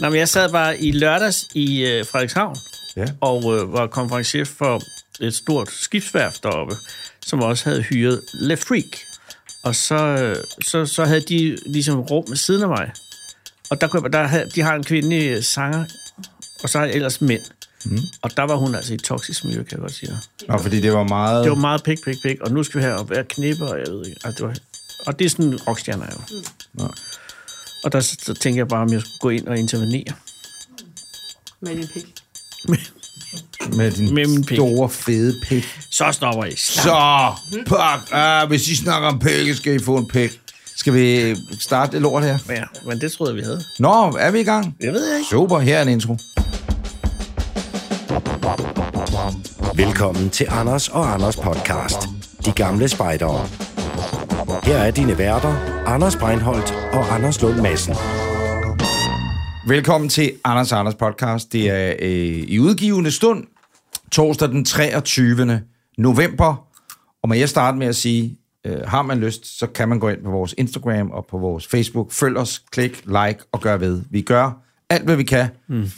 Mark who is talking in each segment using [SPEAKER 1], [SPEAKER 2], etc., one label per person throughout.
[SPEAKER 1] Nå, men jeg sad bare i lørdags i øh, Frederikshavn
[SPEAKER 2] Ja.
[SPEAKER 1] og øh, var konferencier for et stort skibsværft deroppe, som også havde hyret Le Freak. Og så, øh, så, så havde de ligesom rum ved siden af mig. Og der, kunne, jeg- der havde, de har en kvindelig øh, sanger, og så er ellers mænd. Mm. Og der var hun altså i et toksisk miljø, kan jeg godt sige. dig.
[SPEAKER 2] Nå, fordi det var meget...
[SPEAKER 1] Det var meget pik, pik, pik, og nu skal vi have op og knippe, og jeg ved ikke. Altså, det var, og det er sådan, rockstjerner er jo.
[SPEAKER 2] Nå.
[SPEAKER 1] Og der så, så tænkte jeg bare, om jeg skulle gå ind og intervenere.
[SPEAKER 3] Med din pik.
[SPEAKER 2] Med din
[SPEAKER 1] Med min pik.
[SPEAKER 2] store, fede pik.
[SPEAKER 1] Så stopper I.
[SPEAKER 2] Så, pak. Ah, hvis I snakker om pikke, skal I få en pik. Skal vi starte det lort her?
[SPEAKER 1] Ja, men det troede jeg, vi havde.
[SPEAKER 2] Nå, er vi i gang?
[SPEAKER 1] Det ved jeg ikke.
[SPEAKER 2] Super, her er en intro.
[SPEAKER 4] Velkommen til Anders og Anders podcast. De gamle spejdere. Her er dine værter, Anders Breinholt og Anders Lund Madsen.
[SPEAKER 2] Velkommen til Anders og Anders podcast. Det er øh, i udgivende stund, torsdag den 23. november. Og må jeg starte med at sige, øh, har man lyst, så kan man gå ind på vores Instagram og på vores Facebook. Følg os, klik, like og gør ved. Vi gør alt, hvad vi kan,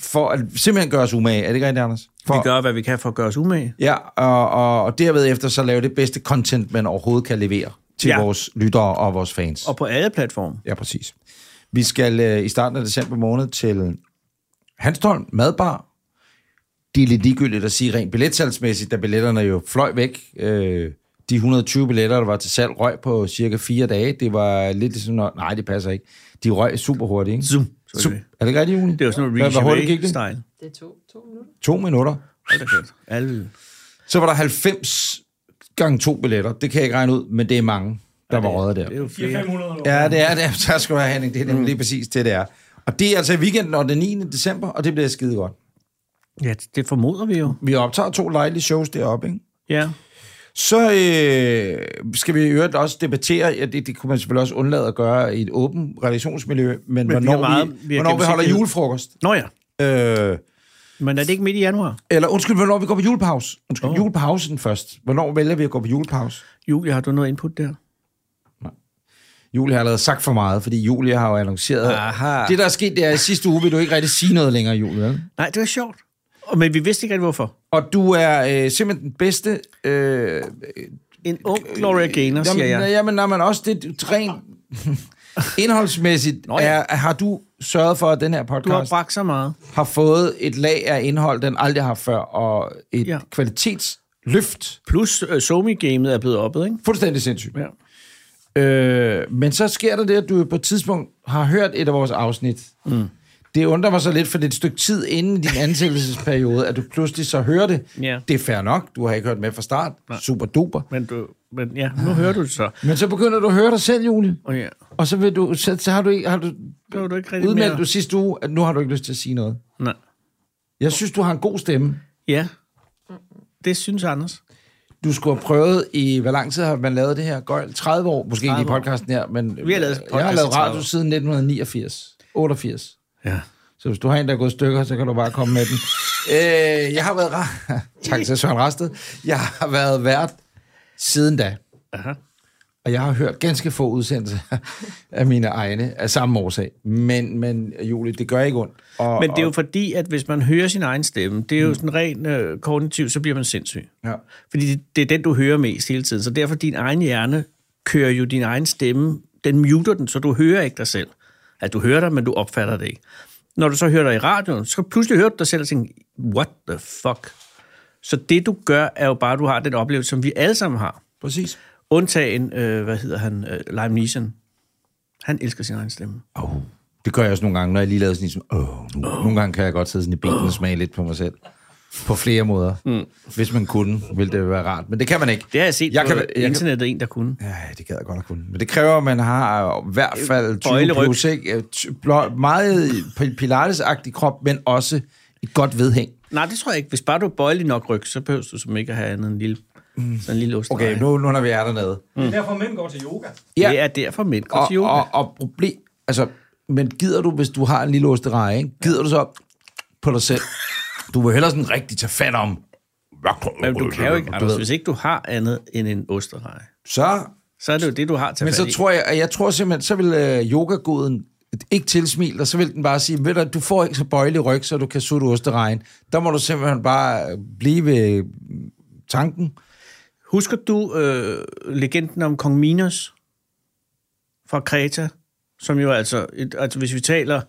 [SPEAKER 2] for at simpelthen gøre os umage. Er det ikke rigtigt, Anders? For,
[SPEAKER 1] Mm. Vi gør, hvad vi kan for at gøre os umage.
[SPEAKER 2] Ja, og, og, og derved efter så lave det bedste content, man overhovedet kan levere til
[SPEAKER 1] Ja.
[SPEAKER 2] ja. vores lyttere og vores fans.
[SPEAKER 1] Og på alle platforme.
[SPEAKER 2] Ja, præcis. Vi skal øh, i starten af december måned til Hanstholm Madbar. Det er lidt ligegyldigt at sige rent billetsalgsmæssigt, da billetterne jo fløj væk. Øh, de 120 billetter, der var til salg, røg på cirka fire dage. Det var lidt sådan, noget, nej, det passer ikke. De røg super hurtigt, ikke?
[SPEAKER 1] Zoom.
[SPEAKER 2] Zoom. Er det ikke rigtigt, Julie?
[SPEAKER 1] Det var sådan
[SPEAKER 2] Hvad-
[SPEAKER 1] noget
[SPEAKER 2] Hvor hurtigt gik det?
[SPEAKER 1] Style.
[SPEAKER 3] Det er to, to minutter.
[SPEAKER 2] To minutter.
[SPEAKER 1] Hold da kæft. Alle.
[SPEAKER 2] Så var der 90 gange to billetter. Det kan jeg ikke regne ud, men det er mange, der var røget der.
[SPEAKER 1] Det er jo flere.
[SPEAKER 5] 500 år.
[SPEAKER 2] Ja, det er det. Tak skal du have, Henning. Det er
[SPEAKER 1] Mm.
[SPEAKER 2] nemlig lige præcis det, det er. Og det er altså i weekenden og den 9. december, og det bliver skide godt.
[SPEAKER 1] Ja, det formoder vi jo.
[SPEAKER 2] Vi optager to lejlige shows deroppe, ikke?
[SPEAKER 1] Ja.
[SPEAKER 2] Så øh, skal vi i øvrigt også debattere, ja, det, det kunne man selvfølgelig også undlade at gøre i et åbent relationsmiljø, men, men
[SPEAKER 1] vi har
[SPEAKER 2] hvornår, vi,
[SPEAKER 1] meget- vi
[SPEAKER 2] vi,
[SPEAKER 1] har
[SPEAKER 2] hvornår vi holder
[SPEAKER 1] gennemsigtighed.
[SPEAKER 2] julefrokost.
[SPEAKER 1] Nå ja.
[SPEAKER 2] Øh,
[SPEAKER 1] Men er det ikke midt i januar?
[SPEAKER 2] eller undskyld, hvornår vi går på julepause. Undskyld,
[SPEAKER 1] Åh.
[SPEAKER 2] oh. julepausen først. Hvornår vælger vi at gå på julepause?
[SPEAKER 1] Julie, har du noget input der?
[SPEAKER 2] Julie har allerede sagt for meget, fordi Julie har jo annonceret...
[SPEAKER 1] Aha.
[SPEAKER 2] Det, der er sket, det er, at i sidste uge vil du ikke rigtig sige noget længere, Julie. vel?
[SPEAKER 1] Nej, det var sjovt. Og- Men vi vidste ikke rigtig, hvorfor.
[SPEAKER 2] Og du er øh, simpelthen den bedste... Øh,
[SPEAKER 1] En ung Gloria Gaynor, siger
[SPEAKER 2] jamen,
[SPEAKER 1] Øh, jeg.
[SPEAKER 2] jamen, jamen, også det rent indholdsmæssigt.
[SPEAKER 1] ja.
[SPEAKER 2] er, har du sørget for, at den her
[SPEAKER 1] Du har
[SPEAKER 2] podcast har,
[SPEAKER 1] bragt så meget.
[SPEAKER 2] har fået et lag af indhold, den aldrig har haft før, og et
[SPEAKER 1] Ja.
[SPEAKER 2] ja. kvalitetsløft.
[SPEAKER 1] Plus, uh, Somi-gamet er blevet oppet, ikke?
[SPEAKER 2] Fuldstændig sindssygt.
[SPEAKER 1] Ja.
[SPEAKER 2] Øh, men så sker der det, at du på et tidspunkt har hørt et af vores afsnit. Mm. Det undrer mig så lidt, for det er et stykke tid inden din ansættelsesperiode, at du pludselig så hører det.
[SPEAKER 1] Ja.
[SPEAKER 2] Det er fair nok, du har ikke hørt med fra start. Nej. Super duper.
[SPEAKER 1] Men, du, men ja, nu hører du det så.
[SPEAKER 2] Men så begynder du at høre dig selv, Julie.
[SPEAKER 1] Og ja,
[SPEAKER 2] Og så, vil du, så, så har du, ikke- har du
[SPEAKER 1] det var du ikke rigtig
[SPEAKER 2] udmeldt du
[SPEAKER 1] mere.
[SPEAKER 2] sidste uge, at nu har du ikke lyst til at sige noget.
[SPEAKER 1] Nej.
[SPEAKER 2] Jeg synes, du har en god stemme.
[SPEAKER 1] Ja. Det synes Anders.
[SPEAKER 2] Du skulle have prøvet i, hvor lang tid har man lavet det her? Gøjl? 30 år, måske ikke i
[SPEAKER 1] 30 år.
[SPEAKER 2] podcasten her, men
[SPEAKER 1] Vi har lavet
[SPEAKER 2] jeg har
[SPEAKER 1] podcast i
[SPEAKER 2] lavet
[SPEAKER 1] 30
[SPEAKER 2] radio
[SPEAKER 1] år.
[SPEAKER 2] siden 1989. 88.
[SPEAKER 1] Ja.
[SPEAKER 2] Så hvis du har en, der er gået i stykker, så kan du bare komme med den. Øh, jeg har været... ra- tak til Søren Rasted. Jeg har været vært siden da.
[SPEAKER 1] Aha.
[SPEAKER 2] Og jeg har hørt ganske få udsendelser af mine egne af samme årsag. Men, men Julie, det gør ikke ondt. Og, Mm.
[SPEAKER 1] Men det er jo fordi, at hvis man hører sin egen stemme, det er jo sådan rent øh, kognitivt, så bliver man sindssyg.
[SPEAKER 2] Ja.
[SPEAKER 1] Fordi det, det er den, du hører mest hele tiden. Så derfor din egen hjerne kører jo din egen stemme. Den muter den, så du hører ikke dig selv. At du hører dig, men du opfatter det ikke. Når du så hører dig i radioen, så pludselig hører du dig selv og tænker, what the fuck? Så det, du gør, er jo bare, at du har den oplevelse, som vi alle sammen har.
[SPEAKER 2] Præcis.
[SPEAKER 1] Undtagen, øh, hvad hedder han, øh, Lime Neeson. Han elsker sin egen stemme.
[SPEAKER 2] Oh, det gør jeg også nogle gange, når jeg lige laver sådan en... som- Åh, oh, nu. Oh. Nogle gange kan jeg godt sidde sådan i bilen og smage lidt på mig selv. På flere måder. Mm. Hvis man kunne, ville det være rart. Men det kan man ikke.
[SPEAKER 1] Det har jeg set jeg på
[SPEAKER 2] jeg kan, jeg kan,
[SPEAKER 1] internettet, en der kunne.
[SPEAKER 2] Ja, det gad jeg godt at kunne. Men det kræver, at man har øh, i hvert fald 20
[SPEAKER 1] Øh, Bøjleryg.
[SPEAKER 2] plus, ikke? Øh, ty- blå- Meget pi- pilates-agtig krop, men også et godt vedhæng.
[SPEAKER 1] Nej, det tror jeg ikke. Hvis bare du er bøjelig nok ryg, så behøver du som ikke at have andet end en lille, mm. sådan en lille ost.
[SPEAKER 2] Okay, nu, nu når vi er dernede.
[SPEAKER 5] Det er derfor, mænd går til yoga.
[SPEAKER 1] Ja.
[SPEAKER 2] Ja.
[SPEAKER 1] Det er derfor mænd går
[SPEAKER 2] Og,
[SPEAKER 1] til yoga.
[SPEAKER 2] og, og problem... Altså, men gider du, hvis du har en lille ostereje, ikke? Gider du så på dig selv? Du vil hellere sådan rigtig tage fat om.
[SPEAKER 1] Men du kan jo ikke, Anders,
[SPEAKER 2] ved.
[SPEAKER 1] hvis ikke du har andet end en osterej,
[SPEAKER 2] Så
[SPEAKER 1] så er det jo det, du har til
[SPEAKER 2] Men så tror jeg, at jeg tror simpelthen, så vil øh, yogaguden ikke tilsmil, og så vil den bare sige, ved du, du får ikke så bøjelig ryg, så du kan sutte osteregn. Der må du simpelthen bare øh, blive ved tanken.
[SPEAKER 1] Husker du øh, legenden om kong Minos fra Kreta? Som jo altså, et, altså hvis vi taler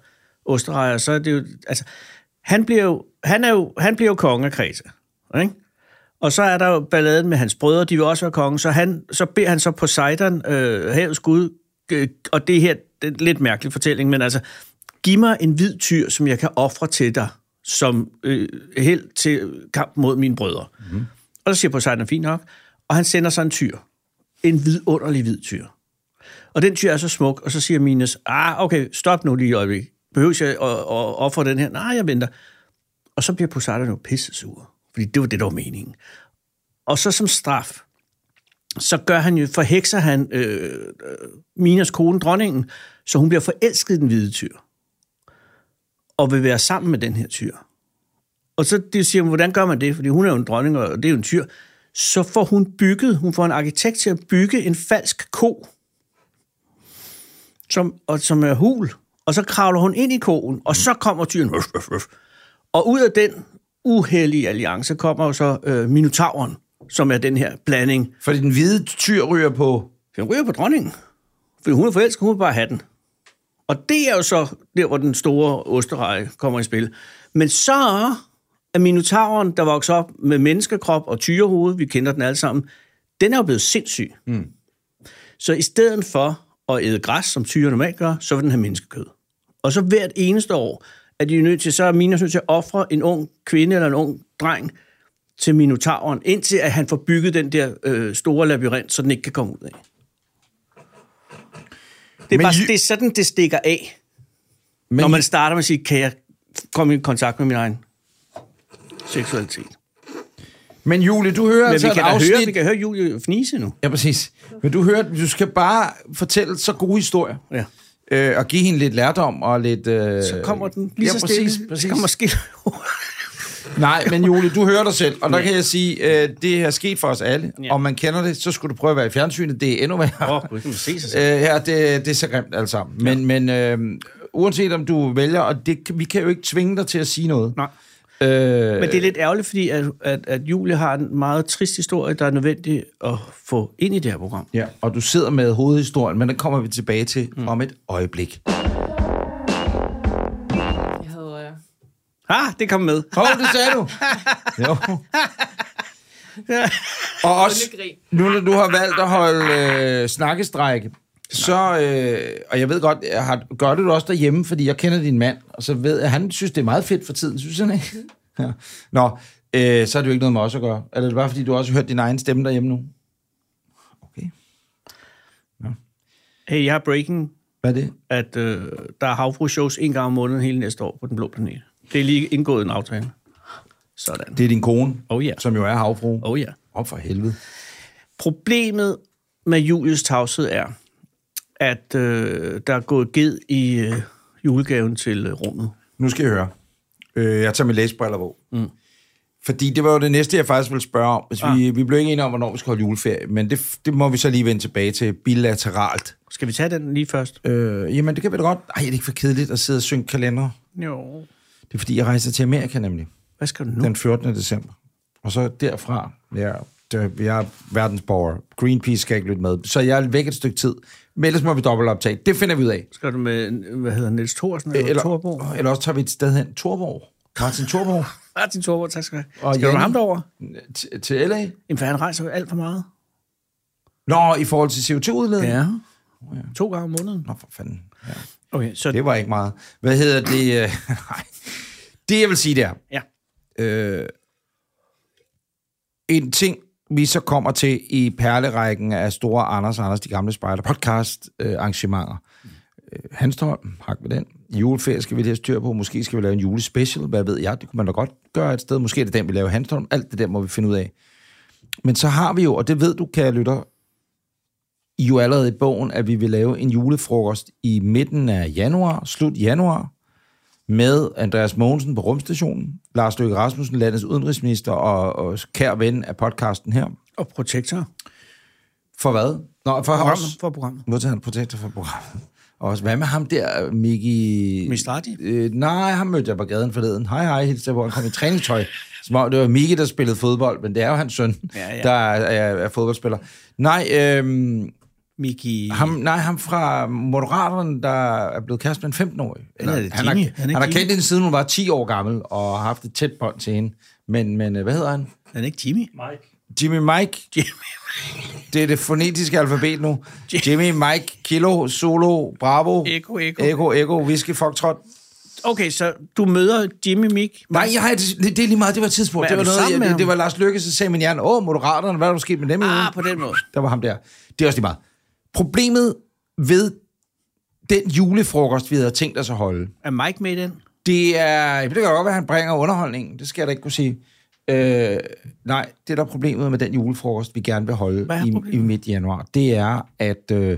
[SPEAKER 1] osterrejer, så er det jo, altså, han bliver jo, han er jo, han bliver jo konge af Kreta, ikke? Og så er der jo balladen med hans brødre, de vil også være konge, så, han, så beder han så Poseidon, øh, havets gud, øh, og det her, det er en lidt mærkelig fortælling, men altså, giv mig en hvid tyr, som jeg kan ofre til dig, som øh, held til kampen mod mine brødre. Mm. Og så siger Poseidon, fint nok, og han sender så en tyr. En vidunderlig hvid tyr. Og den tyr er så smuk, og så siger Minus, ah, okay, stop nu lige et øjeblik. Behøver jeg at, at ofre den her? Nej, jeg venter. Og så bliver Poseidon jo pissesur, fordi det var det, der var meningen. Og så som straf, så gør han jo, forhekser han øh, øh, Minas kone, dronningen, så hun bliver forelsket i den hvide tyr, og vil være sammen med den her tyr. Og så de siger hun, hvordan gør man det? Fordi hun er jo en dronning, og det er jo en tyr. Så får hun bygget, hun får en arkitekt til at bygge en falsk ko, som, og, som er hul. Og så kravler hun ind i koen, og så kommer tyren. Ruff, ruff, ruff. Og ud af den uheldige alliance kommer jo så øh, Minotauren, som er den her blanding.
[SPEAKER 2] Fordi den hvide tyr ryger på...
[SPEAKER 1] Den ryger på dronningen, for hun er forelsket, hun vil bare have den. Og det er jo så der, hvor den store osterreje kommer i spil. Men så er minotauren, der vokser op med menneskekrop og tyrehoved, vi kender den alle sammen, den er jo blevet sindssyg. Mm. Så i stedet for at æde græs, som tyre normalt gør, så vil den have menneskekød. Og så hvert eneste år er de jo nødt til, så er Minos nødt til at ofre en ung kvinde eller en ung dreng til minotauren, indtil at han får bygget den der øh, store labyrint, så den ikke kan komme ud af. Det er,
[SPEAKER 2] Men
[SPEAKER 1] bare,
[SPEAKER 2] Jy-
[SPEAKER 1] det er sådan, det stikker af.
[SPEAKER 2] Men,
[SPEAKER 1] Når man starter med at sige, kan jeg komme i kontakt med min egen seksualitet?
[SPEAKER 2] men Julie, du hører
[SPEAKER 1] Men
[SPEAKER 2] altså
[SPEAKER 1] vi
[SPEAKER 2] et
[SPEAKER 1] kan, da høre,
[SPEAKER 2] afsnit...
[SPEAKER 1] vi kan høre Julie fnise nu.
[SPEAKER 2] Ja, præcis. Men du hører, du skal bare fortælle så gode historier.
[SPEAKER 1] Ja.
[SPEAKER 2] Øh, og give hende lidt lærdom og lidt... Øh,
[SPEAKER 1] Så kommer den lige
[SPEAKER 2] ja,
[SPEAKER 1] så stille.
[SPEAKER 2] præcis, præcis.
[SPEAKER 1] Så kommer skil.
[SPEAKER 2] Nej, men Julie, du hører dig selv, og der kan jeg sige, øh, det er sket for os alle. Ja.
[SPEAKER 1] Ja.
[SPEAKER 2] Om man kender det, så skulle du prøve at være i fjernsynet, det er endnu værre.
[SPEAKER 1] Åh, gud, kan man se sig selv.
[SPEAKER 2] Øh, her, det, det er så grimt alt sammen. Men, men øh, uanset om du vælger, og det, kan- vi kan jo ikke tvinge dig til at sige noget.
[SPEAKER 1] Nej.
[SPEAKER 2] Øh,
[SPEAKER 1] Men det er lidt ærgerligt, fordi at, at, at Julie har en meget trist historie, der er nødvendig at få ind i det her program.
[SPEAKER 2] ja, og du sidder med hovedhistorien, men den kommer vi tilbage til mm. om et øjeblik.
[SPEAKER 3] Jeg havde øh, røger.
[SPEAKER 1] Ah, det kom med.
[SPEAKER 2] Hov, det sagde du! jo. Og også,
[SPEAKER 3] Bundegrin.
[SPEAKER 2] nu når du har valgt at holde øh, snakkestrække, så, øh, og jeg ved godt, jeg har, gør det du også derhjemme, fordi jeg kender din mand, og så ved jeg, han synes, det er meget fedt for tiden, synes han ikke? ja. Nå, øh, så er det jo ikke noget med os at gøre. Eller er det bare, fordi du også har hørt din egen stemme derhjemme nu? Okay.
[SPEAKER 1] Hey, jeg har breaking,
[SPEAKER 2] Hvad er det?
[SPEAKER 1] at øh, der er havfru-shows en gang om måneden hele næste år på Den Blå Planet. Det er lige indgået en aftale. Sådan.
[SPEAKER 2] Det er din kone,
[SPEAKER 1] Oh ja.
[SPEAKER 2] som jo er havfru.
[SPEAKER 1] Oh ja.
[SPEAKER 2] Op for helvede.
[SPEAKER 1] Problemet med Julius tavshed er, at øh, der er gået ged i øh, julegaven til øh, rummet.
[SPEAKER 2] Nu skal jeg høre. Øh, jeg tager mine læsebriller på. Mm. Fordi det var jo det næste, jeg faktisk ville spørge om. Hvis
[SPEAKER 1] Ah.
[SPEAKER 2] vi, vi blev ikke enige om, hvornår vi skal holde juleferie, men det, det må vi så lige vende tilbage til bilateralt.
[SPEAKER 1] Skal vi tage den lige først?
[SPEAKER 2] Øh, jamen, det kan vi da godt. Ej, det er ikke for kedeligt at sidde og synge kalender.
[SPEAKER 1] Jo.
[SPEAKER 2] Det er fordi, jeg rejser til Amerika nemlig,
[SPEAKER 1] Hvad skal du nu?
[SPEAKER 2] den 14. december. Og så derfra, ja, der, jeg er verdensborger. Greenpeace skal ikke lytte med. Så jeg er væk et stykke tid. Men ellers må vi dobbeltoptage. Det finder vi ud af.
[SPEAKER 1] Skal du med, hvad hedder han, Niels Thorsen eller, eller... Torborg?
[SPEAKER 2] eller, eller også tager vi et sted hen. Torborg. Martin Torborg.
[SPEAKER 1] Martin Ah, Torborg, tak skal du have.
[SPEAKER 2] Og
[SPEAKER 1] Skal du med
[SPEAKER 2] Jenny?
[SPEAKER 1] ham derover?
[SPEAKER 2] T- til LA.
[SPEAKER 1] Jamen, for han rejser jo alt for meget.
[SPEAKER 2] Nå, i forhold til CO2-udledning?
[SPEAKER 1] Ja. To gange om måneden.
[SPEAKER 2] Nå, for fanden. Ja,
[SPEAKER 1] Okay, så...
[SPEAKER 2] det var ikke meget. Hvad hedder det? øh, Nej. det, jeg vil sige, det er...
[SPEAKER 1] Ja.
[SPEAKER 2] Øh, en ting, vi så kommer til i perlerækken af store Anders og Anders, de gamle spejder podcast øh, arrangementer. Øh, Hanstholm, hak med den. Juleferie skal vi lige have styr på. Måske skal vi lave en julespecial. Hvad ved jeg? Det kunne man da godt gøre et sted. Måske er det den, vi laver i Hanstholm. Alt det der må vi finde ud af. Men så har vi jo, og det ved du, kære lytter, I jo allerede i bogen, at vi vil lave en julefrokost i midten af januar, slut januar, med Andreas Mogensen på rumstationen, Lars Løkke Rasmussen, landets udenrigsminister og, og kær ven af podcasten her.
[SPEAKER 1] Og protektor
[SPEAKER 2] For hvad? Nå, for
[SPEAKER 1] for
[SPEAKER 2] os.
[SPEAKER 1] programmet. For programmet.
[SPEAKER 2] Modtager han protekter for programmet. Og også, hvad med ham der, Miki...
[SPEAKER 1] Mistrati?
[SPEAKER 2] Øh, nej, ham mødte jeg på gaden forleden. Hej, hej, hilste jeg på. Han kom i træningstøj. Som om det var Miki, der spillede fodbold, men det er jo hans søn,
[SPEAKER 1] Ja, ja.
[SPEAKER 2] der er, er, er fodboldspiller. Nej, øhm,
[SPEAKER 1] Miki...
[SPEAKER 2] ham, nej, ham fra Moderaterne, der er blevet kæreste med en 15-årig. Eller,
[SPEAKER 1] er lidt
[SPEAKER 2] han, har,
[SPEAKER 1] dinge.
[SPEAKER 2] han,
[SPEAKER 1] Han er
[SPEAKER 2] har
[SPEAKER 1] dinge.
[SPEAKER 2] kendt hende siden hun var 10 år gammel, og har haft et tæt bånd til hende. Men, men øh, hvad hedder han?
[SPEAKER 1] Er det ikke Jimmy?
[SPEAKER 5] Mike.
[SPEAKER 2] Jimmy Mike.
[SPEAKER 1] Jimmy.
[SPEAKER 2] Det er det fonetiske alfabet nu. Jimmy, Mike, Kilo, Solo, Bravo,
[SPEAKER 1] Eko, eko.
[SPEAKER 2] Eko, Eko, Whisky, Foxtrot.
[SPEAKER 1] Okay, så du møder Jimmy Mik.
[SPEAKER 2] Nej, jeg har, det, det er lige meget, det var et tidspunkt.
[SPEAKER 1] Hvad, er
[SPEAKER 2] det, var
[SPEAKER 1] du sammen
[SPEAKER 2] noget,
[SPEAKER 1] med
[SPEAKER 2] jeg,
[SPEAKER 1] ham?
[SPEAKER 2] det, det, var Lars Lykke, så sagde min hjerne, åh, Moderaterne, hvad er der sket med dem? i ugen?"
[SPEAKER 1] Ah, på den måde.
[SPEAKER 2] Der var ham der. Det er også lige meget. Problemet ved den julefrokost, vi havde tænkt os at holde,
[SPEAKER 1] Er Mike med i den?
[SPEAKER 2] Det er... Det kan godt være, at han bringer underholdningen. Det skal jeg da ikke kunne sige. Øh, nej, det der er problemet med den julefrokost, vi gerne vil holde
[SPEAKER 1] Hvad er
[SPEAKER 2] i, i
[SPEAKER 1] problemet?
[SPEAKER 2] midt januar, det er, at øh,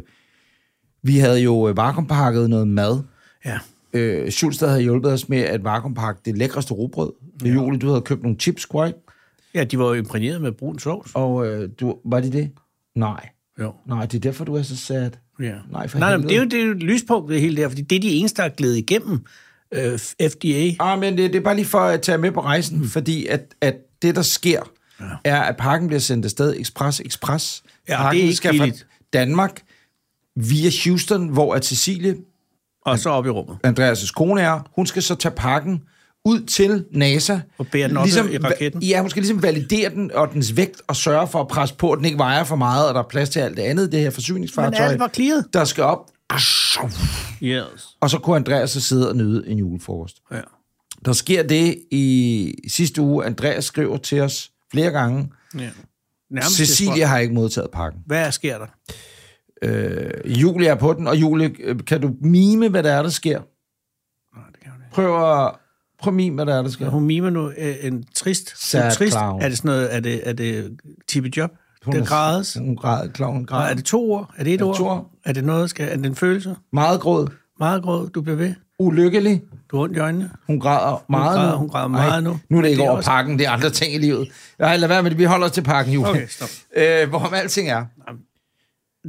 [SPEAKER 2] vi havde jo øh, vakuumpakket noget mad.
[SPEAKER 1] Ja.
[SPEAKER 2] Øh, Schulstad havde hjulpet os med at vakuumpakke det lækreste rugbrød. Ja. Julie, du havde købt nogle chips, kunne jeg ikke?
[SPEAKER 1] Ja, de var jo imprægneret med brun sovs.
[SPEAKER 2] Og øh, du, var det det? Nej.
[SPEAKER 1] Jo.
[SPEAKER 2] Nej, det er derfor, du er så sad.
[SPEAKER 1] Ja.
[SPEAKER 2] Nej, for
[SPEAKER 1] nej, nej, men
[SPEAKER 2] helvede.
[SPEAKER 1] det er jo det er jo lyspunkt ved hele det her, fordi det er de eneste, der er glædet igennem øh, FDA.
[SPEAKER 2] Ah, men det, det er bare lige for at tage med på rejsen,
[SPEAKER 1] Hmm.
[SPEAKER 2] mm. fordi at, at det, der sker, ja. er, at pakken bliver sendt afsted Express Express.
[SPEAKER 1] Ja,
[SPEAKER 2] pakken
[SPEAKER 1] det er ikke billigt.
[SPEAKER 2] Danmark via Houston, hvor at Cecilie,
[SPEAKER 1] Og så op i rummet.
[SPEAKER 2] Andreas' kone er, hun skal så tage pakken ud til NASA. Ligesom
[SPEAKER 1] Og bære den op i raketten.
[SPEAKER 2] Ja, hun skal ligesom validere den og dens vægt og sørge for at presse på, at den ikke vejer for meget, og der er plads til alt det andet, det her
[SPEAKER 1] Men
[SPEAKER 2] forsyningsfartøj,
[SPEAKER 1] alt var clearet.
[SPEAKER 2] der skal op.
[SPEAKER 1] Yes.
[SPEAKER 2] Og så kunne Andreas så sidde og nyde en julefrokost.
[SPEAKER 1] Ja.
[SPEAKER 2] Der sker det i sidste uge. Andreas skriver til os flere gange.
[SPEAKER 1] ja. Nærmest til
[SPEAKER 2] Cecilia
[SPEAKER 1] folk.
[SPEAKER 2] har ikke modtaget pakken.
[SPEAKER 1] Hvad sker der?
[SPEAKER 2] Øh, Julie er på den, og Julie, øh, kan du mime, hvad der er, der sker?
[SPEAKER 1] Nej, det kan hun ikke.
[SPEAKER 2] Prøv at, prøv at mime, hvad der er, der sker.
[SPEAKER 1] Hun mimer nu øh, en trist.
[SPEAKER 2] Sad
[SPEAKER 1] en trist.
[SPEAKER 2] clown.
[SPEAKER 1] Er det sådan noget, er det, er det tippe job?
[SPEAKER 2] Hun
[SPEAKER 1] det
[SPEAKER 2] er-
[SPEAKER 1] er grædes.
[SPEAKER 2] Hun græder, kloven
[SPEAKER 1] Og er
[SPEAKER 2] græder.
[SPEAKER 1] det to ord? Er det et
[SPEAKER 2] det
[SPEAKER 1] ord?
[SPEAKER 2] to ord?
[SPEAKER 1] Er det noget? Skal, er det en følelse?
[SPEAKER 2] Meget gråd.
[SPEAKER 1] Meget gråd, du bliver ved.
[SPEAKER 2] Ulykkelig.
[SPEAKER 1] Du har ondt i øjnene.
[SPEAKER 2] Hun græder meget
[SPEAKER 1] græder-
[SPEAKER 2] nu.
[SPEAKER 1] hun græder
[SPEAKER 2] Ej,
[SPEAKER 1] meget nu.
[SPEAKER 2] Nu er det ikke
[SPEAKER 1] Det er
[SPEAKER 2] over
[SPEAKER 1] også-
[SPEAKER 2] pakken, det er andre ting i livet. Nej, lad være med det. Vi holder os til pakken, Julie.
[SPEAKER 1] Okay, stop.
[SPEAKER 2] Øh, hvorom alting er.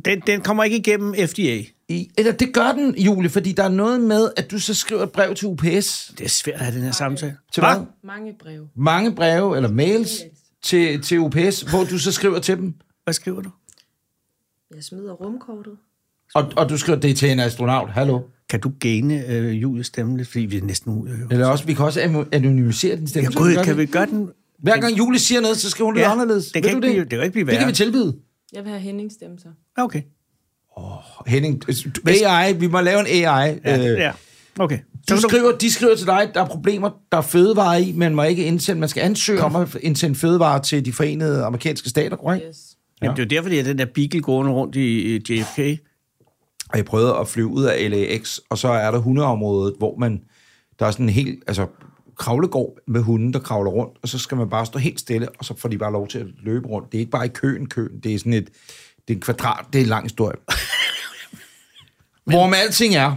[SPEAKER 1] Den, den kommer ikke igennem FDA.
[SPEAKER 2] I, eller det gør den, Julie, fordi der er noget med, at du så skriver et brev til UPS.
[SPEAKER 1] Det er svært at have den her samtale.
[SPEAKER 2] Til
[SPEAKER 1] Hva?
[SPEAKER 2] hvad?
[SPEAKER 3] Mange breve.
[SPEAKER 2] mange breve eller mails til, til UPS, hvor du så skriver til dem,
[SPEAKER 1] Hvad skriver du?
[SPEAKER 3] Jeg smider rumkortet.
[SPEAKER 2] og, og du skriver det til en astronaut, hallo.
[SPEAKER 1] Kan du gene øh, Julies stemme lidt, fordi vi er næsten ude at høre?
[SPEAKER 2] Eller også, vi kan også anony- anonymisere din stemme.
[SPEAKER 1] Ja,
[SPEAKER 2] Så
[SPEAKER 1] gud,
[SPEAKER 2] vi gør
[SPEAKER 1] kan vi
[SPEAKER 2] det.
[SPEAKER 1] gøre den?
[SPEAKER 2] Hver gang Julie siger noget, så skriver hun lidt
[SPEAKER 1] Ja,
[SPEAKER 2] anderledes.
[SPEAKER 1] det kan
[SPEAKER 2] Ved
[SPEAKER 1] ikke
[SPEAKER 2] du
[SPEAKER 1] blive- det kan ikke blive
[SPEAKER 2] Det kan
[SPEAKER 1] værre.
[SPEAKER 2] vi tilbyde.
[SPEAKER 3] Jeg vil have Henning stemme så.
[SPEAKER 1] Ja, Okay.
[SPEAKER 2] Henning, AI, vi må lave en AI.
[SPEAKER 1] Ja,
[SPEAKER 2] øh,
[SPEAKER 1] ja. Okay. Så
[SPEAKER 2] Du
[SPEAKER 1] kan
[SPEAKER 2] skriver, de skriver til dig, der er problemer, der er fødevarer i, men må ikke indsende, man skal ansøge om at indsende fødevarer til de forenede amerikanske stater, korrekt?
[SPEAKER 3] Yes.
[SPEAKER 1] Jamen, det er jo derfor, det er den der beagle gående rundt i øh, JFK.
[SPEAKER 2] Og jeg prøvede at flyve ud af LAX, og så er der hundeområdet, hvor man, der er sådan en helt, altså kravlegård med hunde, der kravler rundt, og så skal man bare stå helt stille, og så får de bare lov til at løbe rundt. Det er ikke bare i køen, køen, det er sådan et, det er en kvadrat, det er en lang historie. Hvorom alting er,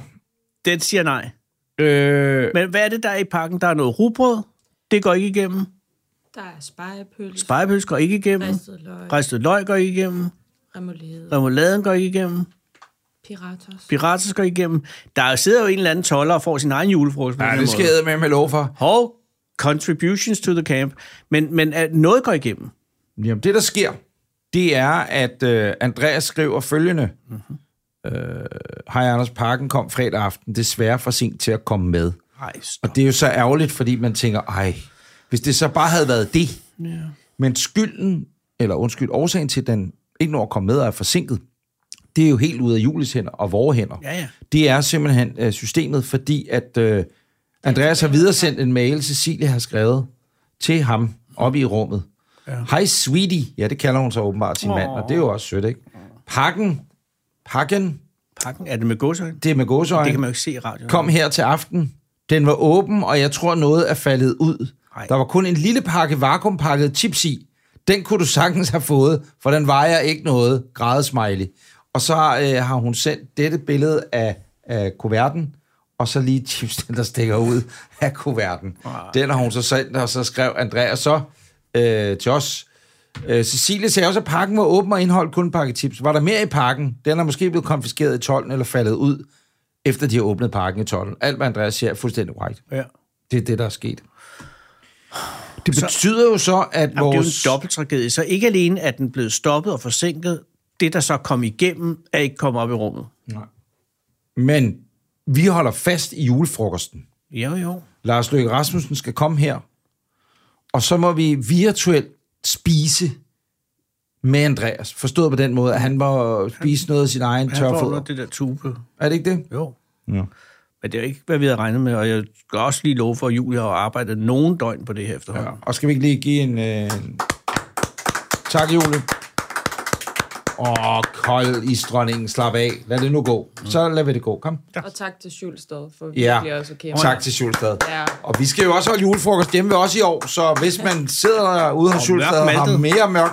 [SPEAKER 1] Den siger nej.
[SPEAKER 2] øh,
[SPEAKER 1] Men hvad er det, der er i pakken? Der er noget rugbrød. Det går ikke igennem.
[SPEAKER 3] Der er spejepølse,
[SPEAKER 1] Spejepøls går ikke igennem.
[SPEAKER 3] ristet løg,
[SPEAKER 1] Ristet løg går ikke igennem.
[SPEAKER 3] remoulade,
[SPEAKER 1] Remouladen går ikke igennem.
[SPEAKER 3] piratos.
[SPEAKER 1] Pirater skal igennem. Der sidder jo en eller anden toller og får sin egen julefrokost. på den
[SPEAKER 2] nej,
[SPEAKER 1] her
[SPEAKER 2] det
[SPEAKER 1] måde.
[SPEAKER 2] skal jeg med med lov for.
[SPEAKER 1] Hov, contributions to the camp. Men, men at noget går igennem.
[SPEAKER 2] Jamen, det der sker, det er, at øh, Andreas skriver følgende. Mm-hmm.
[SPEAKER 1] Mhm.
[SPEAKER 2] Øh, Hej Anders, parken kom fredag aften, desværre for sent til at komme med.
[SPEAKER 1] Nej, stop.
[SPEAKER 2] Og det er jo så ærgerligt, fordi man tænker, ej, hvis det så bare havde været det. Ja. Men skylden, eller undskyld, årsagen til, at den ikke når at komme med og er forsinket, det er jo helt ude af Julies hænder og vores hænder.
[SPEAKER 1] Ja, ja.
[SPEAKER 2] Det er simpelthen øh, systemet, fordi at øh, Andreas har videresendt en mail, Cecilie har skrevet til ham oppe i rummet. Ja. Hej sweetie. Ja, det kalder hun så åbenbart sin mand, og det er jo også sødt, ikke? Pakken, pakken,
[SPEAKER 1] Pakken, er det med godsøjne?
[SPEAKER 2] det er med gåseøjne
[SPEAKER 1] Det kan man jo ikke se i radioen.
[SPEAKER 2] kom her til aften. Den var åben, og jeg tror, noget er faldet ud.
[SPEAKER 1] Ej.
[SPEAKER 2] Der var kun en lille pakke vakuumpakket chips i. Den kunne du sagtens have fået, for den vejer ikke noget. Grædesmiley. Og så øh, har hun sendt dette billede af, af kuverten, og så lige chipsen, der stikker ud af kuverten. Den har hun så sendt, og så skrev Andreas så øh, til os. Øh, Cecilie sagde også, at pakken var åben og indeholdt kun pakketips. Var der mere i pakken? Den er måske blevet konfiskeret i 12 eller faldet ud. efter de har åbnet parken i 12. Alt, hvad Andreas siger, er fuldstændig korrekt.
[SPEAKER 1] Ja.
[SPEAKER 2] Det er det, der er sket. Det betyder jo så, at
[SPEAKER 1] Jamen, det er jo
[SPEAKER 2] vores...
[SPEAKER 1] en dobbelt tragedie. Så ikke alene er den blevet stoppet og forsinket, det, der så kom igennem, er ikke kommet op i rummet.
[SPEAKER 2] Men vi holder fast i julefrokosten.
[SPEAKER 1] Jo, jo.
[SPEAKER 2] Lars Løkke Rasmussen skal komme her, og så må vi virtuelt spise med Andreas. Forstået på den måde, at han må spise noget af sin egen
[SPEAKER 1] Han får under
[SPEAKER 2] tørfoder.
[SPEAKER 1] det der tube.
[SPEAKER 2] Er det ikke det?
[SPEAKER 1] Jo.
[SPEAKER 2] Ja.
[SPEAKER 1] Men det er jo ikke, hvad vi havde regnet med, og jeg skal også lige love for, at Julie har arbejdet nogen døgn på det her efterhånden.
[SPEAKER 2] Og skal vi ikke lige give en... Øh... Tak, Julie. Åh, kold isdronningen, slap af. Lad det nu gå. Så lad vi det gå. Kom.
[SPEAKER 3] Og tak til Sjulstad for
[SPEAKER 2] Ja,
[SPEAKER 3] virkelig også at kæmpe.
[SPEAKER 2] tak til Sjulstad.
[SPEAKER 3] Ja.
[SPEAKER 2] Og vi skal jo også holde julefrokost hjemme ved os i år, så hvis man sidder ude hos
[SPEAKER 1] Og
[SPEAKER 2] Sjulstad og har
[SPEAKER 1] mørkmaltet.
[SPEAKER 2] mere mørk...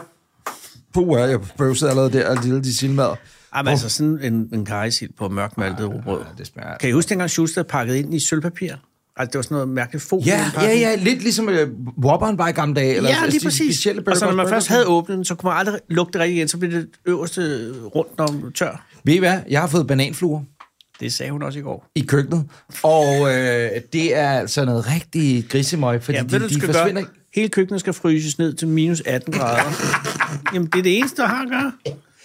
[SPEAKER 2] Puh, jeg bøvsede allerede der, og lille de sildmad.
[SPEAKER 1] Jamen altså sådan en, en karisild på mørkmaltet rugbrød.
[SPEAKER 2] Ah, det smager-
[SPEAKER 1] Kan I huske dengang Schuster pakkede ind i sølvpapir? Altså det var sådan noget mærkeligt folie.
[SPEAKER 2] Ja, ja, ja, lidt ligesom øh, Whopperen var i gamle dage. Eller
[SPEAKER 1] Ja,
[SPEAKER 2] altså
[SPEAKER 1] lige
[SPEAKER 2] de
[SPEAKER 1] præcis.
[SPEAKER 2] Specielle
[SPEAKER 1] Og så når man først
[SPEAKER 2] burgers, burgers.
[SPEAKER 1] havde åbnet den, så kunne man aldrig lugte det rigtigt igen, så blev det øverste rundt om tør.
[SPEAKER 2] Ved I hvad? Jeg har fået bananfluer.
[SPEAKER 1] Det sagde hun også i går.
[SPEAKER 2] i køkkenet. Og øh, det er altså noget rigtig grisemøg, fordi
[SPEAKER 1] Ja,
[SPEAKER 2] ja,
[SPEAKER 1] ved du,
[SPEAKER 2] de,
[SPEAKER 1] du
[SPEAKER 2] de
[SPEAKER 1] skal
[SPEAKER 2] forsvinder
[SPEAKER 1] gøre?
[SPEAKER 2] ikke.
[SPEAKER 1] Hele køkkenet skal fryses ned til minus 18 grader. Jamen, det er det eneste, du har at gøre.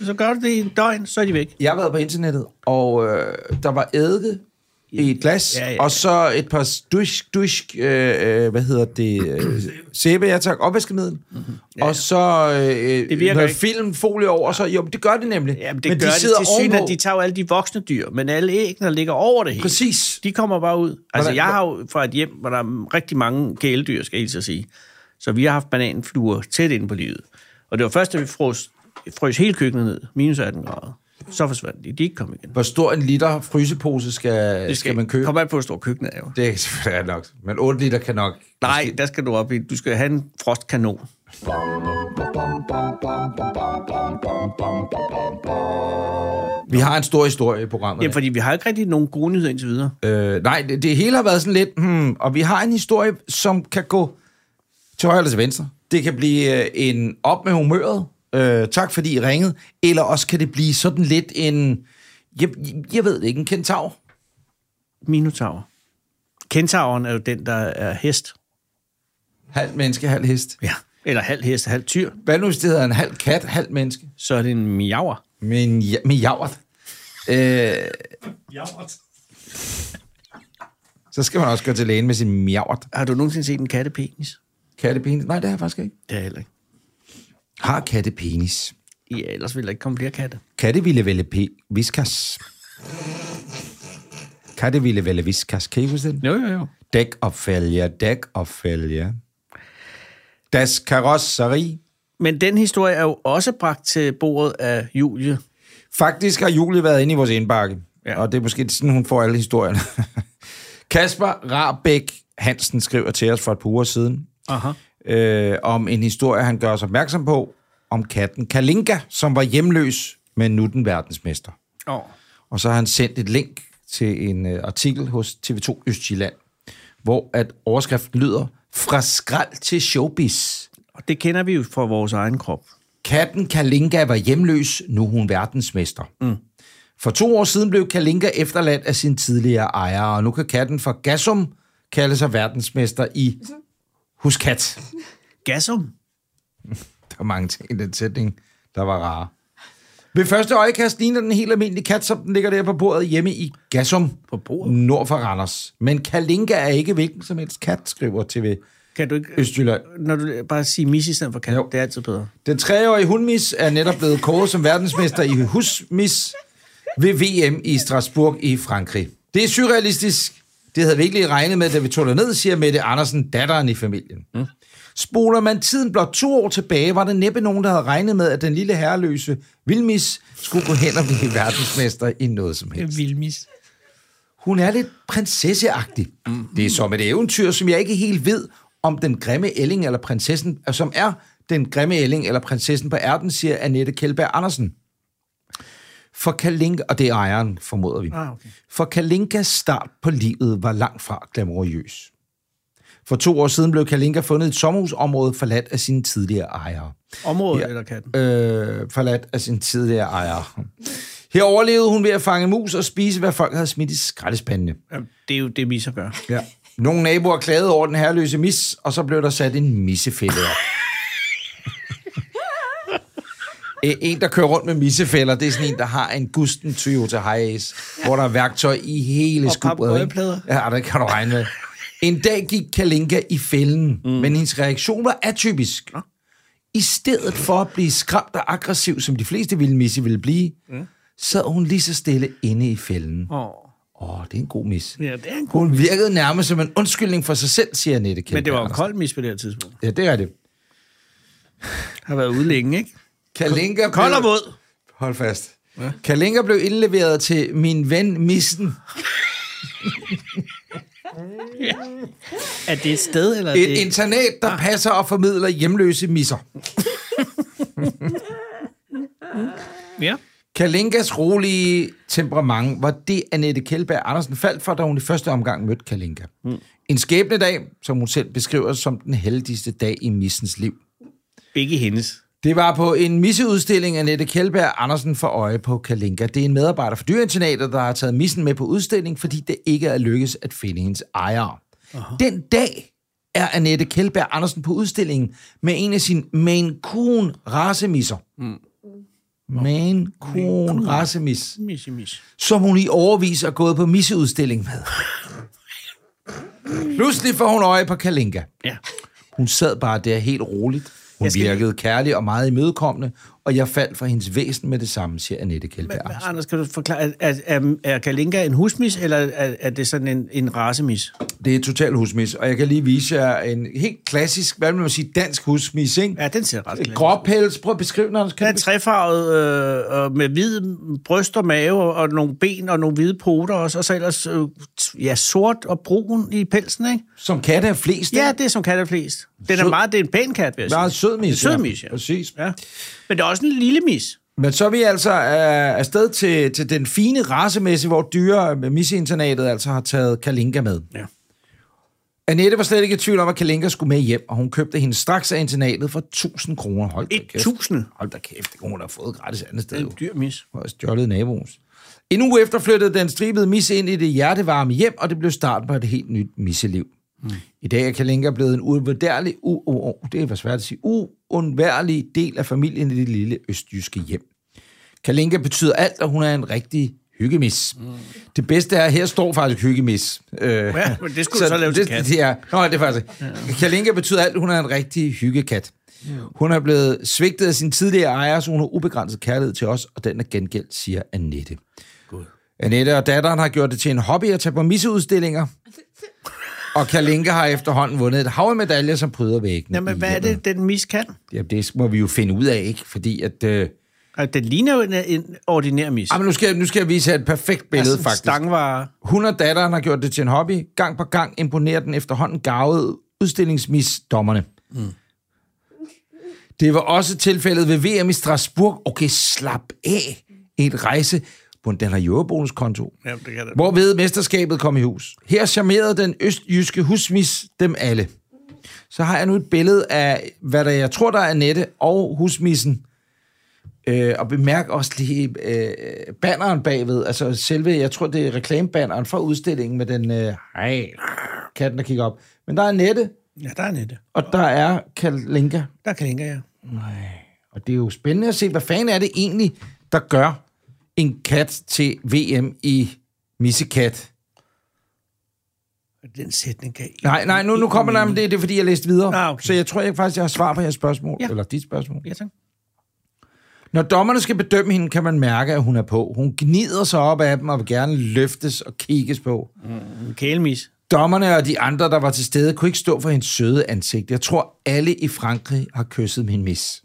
[SPEAKER 1] Så gør du det i en døgn, så er de væk.
[SPEAKER 2] Jeg har været på internettet, og øh, der var eddike i et glas,
[SPEAKER 1] Ja,
[SPEAKER 2] ja,
[SPEAKER 1] ja,
[SPEAKER 2] ja,
[SPEAKER 1] ja.
[SPEAKER 2] og så et par dusk, dusk, øh, øh, hvad hedder det, øh, sæbe, jeg tak, opvaskemiddel, mm-hmm. ja, og så øh,
[SPEAKER 1] Mhm. Det
[SPEAKER 2] det
[SPEAKER 1] virker
[SPEAKER 2] noget
[SPEAKER 1] ikke.
[SPEAKER 2] film, folie over, og så, jo, men det gør det nemlig.
[SPEAKER 1] Jamen, det men gør de sidder det til syn, at de tager jo alle de voksne dyr, men alle æggene ligger over det hele.
[SPEAKER 2] Præcis.
[SPEAKER 1] De kommer bare ud. Altså,
[SPEAKER 2] Hvordan-
[SPEAKER 1] jeg har jo fra et hjem, hvor der er rigtig mange kæledyr, skal jeg hilse at sige. Så vi har haft bananfluer tæt inde på livet. Og det var først, da vi frøs, frøs hele køkkenet ned, minus 18 grader. Så forsvandt de. De er ikke kom igen.
[SPEAKER 2] Hvor stor en liter frysepose skal, skal man købe?
[SPEAKER 1] Kom an på, hvor stor køkkenet er jo.
[SPEAKER 2] Det er selvfølgelig nok, men 8 liter kan nok.
[SPEAKER 1] Nej, der skal du op i. Du skal have en frostkanon.
[SPEAKER 2] Vi har en stor historie i programmet.
[SPEAKER 1] Jamen, fordi vi har ikke rigtig nogen gode nyheder indtil videre.
[SPEAKER 2] Øh, nej, det, det hele har været sådan lidt, hmm, og vi har en historie, som kan gå til højre eller til venstre. Det kan blive øh, en op med humøret, øh, tak fordi I ringede, eller også kan det blive sådan lidt en, jeg, jeg ved det ikke, en kentaur.
[SPEAKER 1] Minotaur. Kentauren er jo den, der er hest.
[SPEAKER 2] Halv menneske, halv hest.
[SPEAKER 1] Ja. Eller halv hest, halv tyr.
[SPEAKER 2] Hvad nu, hvis det hedder en halv kat, halv menneske?
[SPEAKER 1] Så er det en miauer.
[SPEAKER 2] Men ja, med javret. Øh, så skal man også gå til lægen med sin mjavret.
[SPEAKER 1] Har du nogensinde set en kattepenis?
[SPEAKER 2] Kattepenis? Nej, det har jeg faktisk ikke.
[SPEAKER 1] Det har jeg heller ikke.
[SPEAKER 2] Har kattepenis?
[SPEAKER 1] Ja, ellers ville der ikke komme flere katte.
[SPEAKER 2] Katte ville vælge p- viskas. Katte ville vælge viskas. Kan I huske den?
[SPEAKER 1] Jo, jo, jo.
[SPEAKER 2] Dæk og fælge, dæk og fælge. Das karosseri.
[SPEAKER 1] Men den historie er jo også bragt til bordet af Julie.
[SPEAKER 2] Faktisk har Julie været inde i vores indbakke.
[SPEAKER 1] Ja.
[SPEAKER 2] Ja. Og det er måske sådan, hun får alle historierne. Kasper Rabeck Hansen skriver til os for et par uger siden,
[SPEAKER 1] Aha.
[SPEAKER 2] øh, om en historie, han gør os opmærksom på, om katten Kalinka, som var hjemløs, men nu den verdensmester.
[SPEAKER 1] Oh.
[SPEAKER 2] Og så har han sendt et link til en øh, artikel hos TV2 Østjylland, hvor at overskriften lyder, fra skrald til showbiz.
[SPEAKER 1] Og det kender vi jo fra vores egen krop.
[SPEAKER 2] Katten Kalinka var hjemløs, nu er hun verdensmester. Mm. For to år siden blev Kalinka efterladt af sin tidligere ejer, og nu kan katten fra Gasum kalde sig verdensmester i huskat.
[SPEAKER 1] Gasum.
[SPEAKER 2] Der var mange ting i den sætning, der var rare. Ved første øjekast ligner den helt almindelige kat, som den ligger der på bordet hjemme i Gasum.
[SPEAKER 1] På bordet?
[SPEAKER 2] Nord for Randers. Men Kalinka er ikke hvilken som helst kat, skriver TV
[SPEAKER 1] Kan du ikke... øh,
[SPEAKER 2] Østjylland.
[SPEAKER 1] Når du bare siger mis i stedet for kat,
[SPEAKER 2] Jo.
[SPEAKER 1] det er altid bedre.
[SPEAKER 2] Den treårige hundmis er netop blevet kåret som verdensmester i husmis ved VM i Strasbourg i Frankrig. Det er surrealistisk. Det havde vi ikke lige regnet med, da vi tog ned, siger Mette Andersen, datteren i familien. Mm. Spoler man tiden blot to år tilbage, var der næppe nogen, der havde regnet med, at den lille herreløse Vilmis skulle gå hen og blive verdensmester i noget som helst.
[SPEAKER 1] Vildmis.
[SPEAKER 2] Hun er lidt prinsesseagtig. Mm. Det er som et eventyr, som jeg ikke helt ved, om den grimme ælling eller prinsessen, øh, som er den grimme ælling eller prinsessen på ærten, siger Annette Kjellberg Andersen. For Kalinka, og det er ejeren, formoder vi.
[SPEAKER 1] Ah, okay.
[SPEAKER 2] For Kalinkas start på livet var langt fra glamourøs. For to år siden blev Kalinka fundet i et sommerhusområde forladt af sine tidligere ejere
[SPEAKER 1] Området ja.
[SPEAKER 2] Ja.
[SPEAKER 1] eller katten?
[SPEAKER 2] øh, forladt af sin tidligere ejer. Her overlevede hun ved at fange mus og spise, hvad folk havde smidt i skraldespandene.
[SPEAKER 1] Jamen, det er jo det, misser gør.
[SPEAKER 2] Ja. Nogle naboer klagede over den herløse mis, og så blev der sat en missefælde op. Øh, en, der kører rundt med missefælder, det er sådan en, der har en Gusten Toyota Hiace, hvor der er værktøj i hele
[SPEAKER 1] Og
[SPEAKER 2] skubbredet. ikke?
[SPEAKER 1] papbrødplader.
[SPEAKER 2] Ja, det kan du regne med. En dag gik Kalinka i fælden, mm. men hendes reaktion var atypisk. I stedet for at blive skræmt og aggressiv, som de fleste ville misse ville blive, mm. sad hun lige så stille inde i fælden. Åh,
[SPEAKER 1] Åh,
[SPEAKER 2] oh. oh, det er en god mis.
[SPEAKER 1] ja, det er en god...
[SPEAKER 2] Hun virkede nærmest som en undskyldning for sig selv, siger Annette Kjeld.
[SPEAKER 1] Men det var jo koldt mis på det her tidspunkt.
[SPEAKER 2] Ja, det er det.
[SPEAKER 1] Har været ude længe, ikke?
[SPEAKER 2] Kalinka
[SPEAKER 1] Kold og våd.
[SPEAKER 2] Hold fast. Ja. Kalinka blev indleveret til min ven Missen.
[SPEAKER 1] Er det et sted, eller er
[SPEAKER 2] Et
[SPEAKER 1] det...
[SPEAKER 2] internat, der passer og formidler hjemløse misser.
[SPEAKER 1] Ja.
[SPEAKER 2] Kalinkas rolige temperament var det, Annette Kjellberg Andersen faldt for, da hun i første omgang mødte Kalinka. Mm. En skæbnedag, som hun selv beskriver som den heldigste dag i Missens liv.
[SPEAKER 1] Ikke hendes.
[SPEAKER 2] Det var på en misseudstilling, Annette Kjellberg Andersen får øje på Kalinka. Det er en medarbejder for dyreinternatet, der har taget missen med på udstilling, fordi det ikke er lykkedes at finde hendes ejer. Aha. Den dag er Annette Kjellberg Andersen på udstillingen med en af sine Maine Coon racemisser. Mm. Maine Coon racemis,
[SPEAKER 1] Mis, mis.
[SPEAKER 2] som hun i overvis er gået på misseudstilling med. Pludselig får hun øje på Kalinka.
[SPEAKER 1] Ja.
[SPEAKER 2] Hun sad bare der helt roligt. Hun
[SPEAKER 1] Jeg skal-
[SPEAKER 2] virkede kærlig og meget imødekommende, og jeg faldt for hendes væsen med det samme, siger Annette Kjellberg.
[SPEAKER 1] Men,
[SPEAKER 2] Andersen.
[SPEAKER 1] Anders, kan du forklare, er, er, er, er Kalinka en husmis, eller er, er det sådan en, en racemis?
[SPEAKER 2] Det er total husmis, og jeg kan lige vise jer en helt klassisk, hvad vil man sige, dansk husmis, ikke?
[SPEAKER 1] Ja, den ser ret
[SPEAKER 2] Ja,
[SPEAKER 1] klassisk.
[SPEAKER 2] Gråpels, prøv at beskrive den, Anders.
[SPEAKER 1] Den
[SPEAKER 2] Kan
[SPEAKER 1] er
[SPEAKER 2] du-
[SPEAKER 1] trefarvet øh, og med hvid bryst og mave og, og nogle ben og nogle hvide poter også, og så ellers øh, t- ja, sort og brun i pelsen, ikke?
[SPEAKER 2] Som katte er flest,
[SPEAKER 1] Ja,
[SPEAKER 2] ikke?
[SPEAKER 1] det er som katte er flest. Den er
[SPEAKER 2] Sød.
[SPEAKER 1] meget, det er en pæn kat, vil jeg sige.
[SPEAKER 2] Meget sød mis.
[SPEAKER 1] Sød mis, ja.
[SPEAKER 2] Præcis.
[SPEAKER 1] ja. Men det er også en lille mis.
[SPEAKER 2] Men så er vi altså øh, afsted til, til den fine racemesse, hvor dyre misseinternattet altså har taget Kalinka med.
[SPEAKER 1] Ja.
[SPEAKER 2] Annette var slet ikke i tvivl om, at Kalinka skulle med hjem, og hun købte hende straks af internatet for 1000 kroner. Hold da kæft.
[SPEAKER 1] 1000.
[SPEAKER 2] Hold da kæft, det kunne hun have fået gratis andet sted.
[SPEAKER 1] Det er
[SPEAKER 2] Jo.
[SPEAKER 1] en dyr mis.
[SPEAKER 2] Og stjålet naboens. En uge efter flyttede den stribede misse ind i det hjertevarme hjem, og det blev starten på et helt nyt misseliv. Mm. I dag er Kalinka blevet en uundværlig, u- u- u- det var svært at sige, uundværlig del af familien i det lille østjyske hjem. Kalinka betyder alt, og hun er en rigtig hyggemis. Mm. Det bedste er, at her står faktisk hyggemis. Øh,
[SPEAKER 1] Ja, men det skulle du så lave til
[SPEAKER 2] det,
[SPEAKER 1] kat.
[SPEAKER 2] det er, nå, det er faktisk... Ja. Kalinka betyder alt, hun er en rigtig hyggekat. Hun er blevet svigtet af sin tidligere ejer, så hun har ubegrænset kærlighed til os, og den er gengældt, siger Annette. God. Annette og datteren har gjort det til en hobby at tage på misseudstillinger. Og Kalinka har efterhånden vundet et hav af medaljer, som pryder væggene.
[SPEAKER 1] Jamen,
[SPEAKER 2] i
[SPEAKER 1] hvad er
[SPEAKER 2] hjemmet.
[SPEAKER 1] det, den mis kan?
[SPEAKER 2] Jamen, det må vi jo finde ud af, ikke? Fordi at... Øh,
[SPEAKER 1] Altså, den ligner jo en, en ordinær mis.
[SPEAKER 2] ah, men nu, skal, jeg- nu skal jeg vise jer et perfekt billede,
[SPEAKER 1] Altså, en
[SPEAKER 2] faktisk.
[SPEAKER 1] Stangvare.
[SPEAKER 2] Hun og datteren har gjort det til en hobby. Gang på gang imponerer den efterhånden gavede udstillingsmis dommerne. Mm. Det var også tilfældet ved VM i Strasbourg. Okay, slap af. Et rejse. Men den har eurobonuskonto.
[SPEAKER 1] Jamen, det kan det.
[SPEAKER 2] Hvorved mesterskabet kom i hus. Her charmerede den østjyske husmis dem alle. Så har jeg nu et billede af, hvad der jeg tror, der er Annette og husmissen. Øh, og bemærk også lige øh, banneren bagved, altså selve, jeg tror, det er reklamebanneren for udstillingen med den, øh, hej, katten, der kigger op. Men der er Annette,
[SPEAKER 1] Ja, der er nette.
[SPEAKER 2] og der er Kalinka.
[SPEAKER 1] Der Kalinka, ja.
[SPEAKER 2] Og det er jo spændende at se, hvad fanden er det egentlig, der gør en kat til VM i Missekat?
[SPEAKER 1] Den sætning kan ikke...
[SPEAKER 2] Nej, nej, nu, nu kommer der, men det, det er fordi, jeg læste videre.
[SPEAKER 1] Ah, okay.
[SPEAKER 2] Så jeg tror jeg faktisk, jeg har svar på jeres spørgsmål, ja.
[SPEAKER 1] Ja.
[SPEAKER 2] eller dit spørgsmål.
[SPEAKER 1] Ja, tak.
[SPEAKER 2] Når dommerne skal bedømme hende, kan man mærke, at hun er på. Hun gnider sig op af dem og vil gerne løftes og kigges på.
[SPEAKER 1] En kælemis.
[SPEAKER 2] Dommerne og de andre, der var til stede, kunne ikke stå for hendes søde ansigt. Jeg tror, alle i Frankrig har kysset min mis.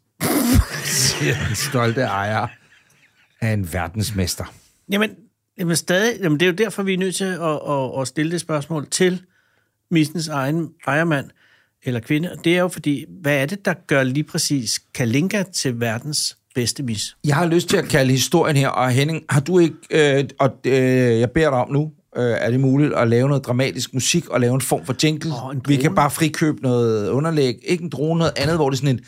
[SPEAKER 2] Siger den stolte ejer af en verdensmester.
[SPEAKER 1] Jamen, jamen, stadig, jamen, det er jo derfor, vi er nødt til at, at, at stille det spørgsmål til missens egen ejermand eller kvinde. Og det er jo fordi, hvad er det, der gør lige præcis Kalinka til verdens bedste mis?
[SPEAKER 2] Jeg har lyst til at kalde historien her, og Henning, har du ikke, øh, og øh, jeg beder dig om nu, øh, er det muligt at lave noget dramatisk musik og lave en form for jingle?
[SPEAKER 1] Åh, en
[SPEAKER 2] Vi
[SPEAKER 1] drone.
[SPEAKER 2] kan bare frikøbe noget underlæg, ikke en drone, noget andet, hvor det er sådan en...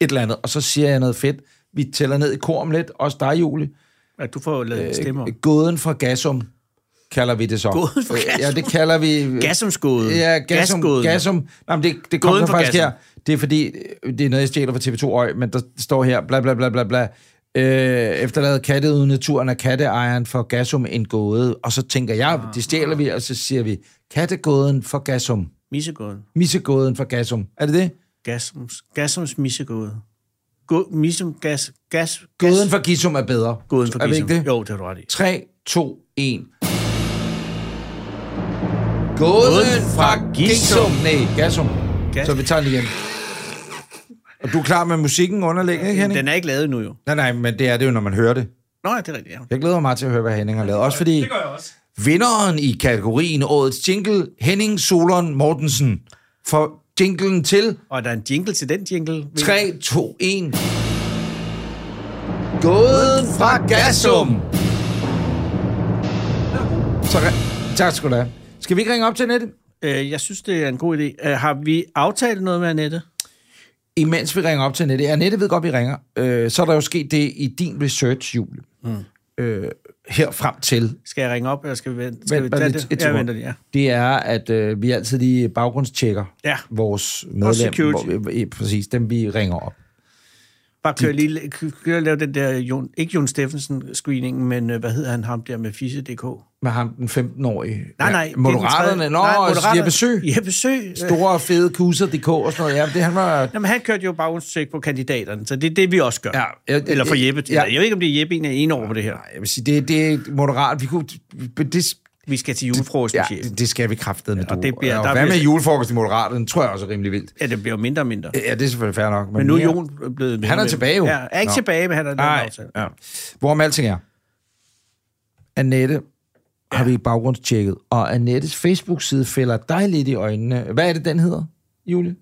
[SPEAKER 2] Et eller andet, og så siger jeg noget fedt, vi tæller ned i kor om lidt, også dig, Julie.
[SPEAKER 1] Ja, du får lavet øh, stemmer.
[SPEAKER 2] Øh, Gåden fra Gasum, kalder vi det så.
[SPEAKER 1] Gåden fra
[SPEAKER 2] Øh, Ja,
[SPEAKER 1] Gassum.
[SPEAKER 2] det kalder vi...
[SPEAKER 1] Gasumskåden.
[SPEAKER 2] Ja, Gasum.
[SPEAKER 1] Gasgåden.
[SPEAKER 2] Gasum. Nej, men det, det kommer
[SPEAKER 1] Gåden
[SPEAKER 2] så
[SPEAKER 1] fra
[SPEAKER 2] faktisk
[SPEAKER 1] Gassum.
[SPEAKER 2] her. Det er fordi, øh, det er noget, jeg stjæler fra TV2 Øj, men der står her, bla bla bla bla bla. Øh, efterladet katte uden naturen er katteejeren for Gasum en gåde. Og så tænker jeg,
[SPEAKER 1] Ah.
[SPEAKER 2] det stjæler vi, og så siger vi, kattegåden for Gasum.
[SPEAKER 1] Missegåden.
[SPEAKER 2] Missegåden for Gasum. Er det det?
[SPEAKER 1] Gasums, gasums missegåde. Gå, missum, gas, gas, gas-
[SPEAKER 2] Gåden for Gisum er bedre.
[SPEAKER 1] gåden for
[SPEAKER 2] er det
[SPEAKER 1] Gissum.
[SPEAKER 2] ikke det?
[SPEAKER 1] Jo, det har du ret i.
[SPEAKER 2] 3, 2, 1. Gåden fra Gisum. Nej, Gasum.
[SPEAKER 1] Gas-
[SPEAKER 2] Så vi tager den igen. Og du er klar med musikken underlæg, ikke Henning?
[SPEAKER 1] Den er ikke lavet nu jo.
[SPEAKER 2] Nej, nej, men det er det jo, når man hører det.
[SPEAKER 1] Nå, ja, det er rigtigt. Ja.
[SPEAKER 2] Jeg glæder mig meget til at høre, hvad Henning har lavet. Også fordi
[SPEAKER 5] gør jeg også.
[SPEAKER 2] vinderen i kategorien Årets Jingle, Henning Solon Mortensen, for jinglen til
[SPEAKER 1] Og der er en jingle til den jingle. ved-
[SPEAKER 2] 3, 2, 1. Gåden fra Gasum. Så, re- tak skal du have. Skal vi ikke ringe op til Nette?
[SPEAKER 1] Øh, jeg synes, det er en god idé. Øh, har vi aftalt noget med Annette?
[SPEAKER 2] Imens vi ringer op til Nette, ja, Nette ved godt, vi ringer, øh, så er der jo sket det i din research, Julie. Mm. Øh, her frem til.
[SPEAKER 1] Skal jeg ringe op, eller skal vi vente? Skal
[SPEAKER 2] Vent,
[SPEAKER 1] vi
[SPEAKER 2] bare
[SPEAKER 1] tage
[SPEAKER 2] lidt- et
[SPEAKER 1] det? Jeg
[SPEAKER 2] sekund.
[SPEAKER 1] venter lige, ja.
[SPEAKER 2] Det er, at øh, vi altid lige baggrundstjekker
[SPEAKER 1] Ja.
[SPEAKER 2] vores medlem.
[SPEAKER 1] security.
[SPEAKER 2] Hvor, vi- ja, præcis, dem vi ringer op.
[SPEAKER 1] Bare kør lige, kør lave den der, Jon, ikke Jon Steffensen-screening, men øh, hvad hedder han, ham der med Fisse.dk?
[SPEAKER 2] Med ham, den 15-årige.
[SPEAKER 1] Nej, nej. det er den
[SPEAKER 2] Moderaterne.
[SPEAKER 1] tredje-
[SPEAKER 2] Nå,
[SPEAKER 1] nej, Moderaterne.
[SPEAKER 2] Jeppe Sø.
[SPEAKER 1] Jeppe øh, Sø. Stor.
[SPEAKER 2] Store, fede kusser.dk og sådan noget. Ja, det, han var
[SPEAKER 1] Jamen, han kørte jo baggrundstjek på kandidaterne, så det er det, vi også gør.
[SPEAKER 2] Ja, jeg-
[SPEAKER 1] eller for Jeppe.
[SPEAKER 2] ja.
[SPEAKER 1] Ja. Jeg ved ikke, om det er Jeppe, en er en over på det her.
[SPEAKER 2] Jeg vil sige, det, det er moderat. Vi kunne, det,
[SPEAKER 1] Vi skal til julefrokost med
[SPEAKER 2] ja,
[SPEAKER 1] ja. chefen.
[SPEAKER 2] det, det skal vi kraftedeme, med.
[SPEAKER 1] og det bliver-
[SPEAKER 2] og
[SPEAKER 1] der
[SPEAKER 2] hvad
[SPEAKER 1] bliver-
[SPEAKER 2] med julefrokost i moderaterne? tror jeg også er rimelig vildt.
[SPEAKER 1] Ja, det bliver jo mindre og mindre.
[SPEAKER 2] Ja, det er selvfølgelig fair nok.
[SPEAKER 1] Men nu er
[SPEAKER 2] mere-
[SPEAKER 1] Jon blevet med.
[SPEAKER 2] Øh, Han er tilbage jo.
[SPEAKER 1] Ja, er ikke
[SPEAKER 2] Nå.
[SPEAKER 1] Nå. tilbage, men han er
[SPEAKER 2] Nej,
[SPEAKER 1] lavet
[SPEAKER 2] ja. Hvorom alting er. Annette ja. har vi baggrundstjekket, og Annettes Facebook-side fælder dig lidt i øjnene. Hvad er det, den hedder, Julie?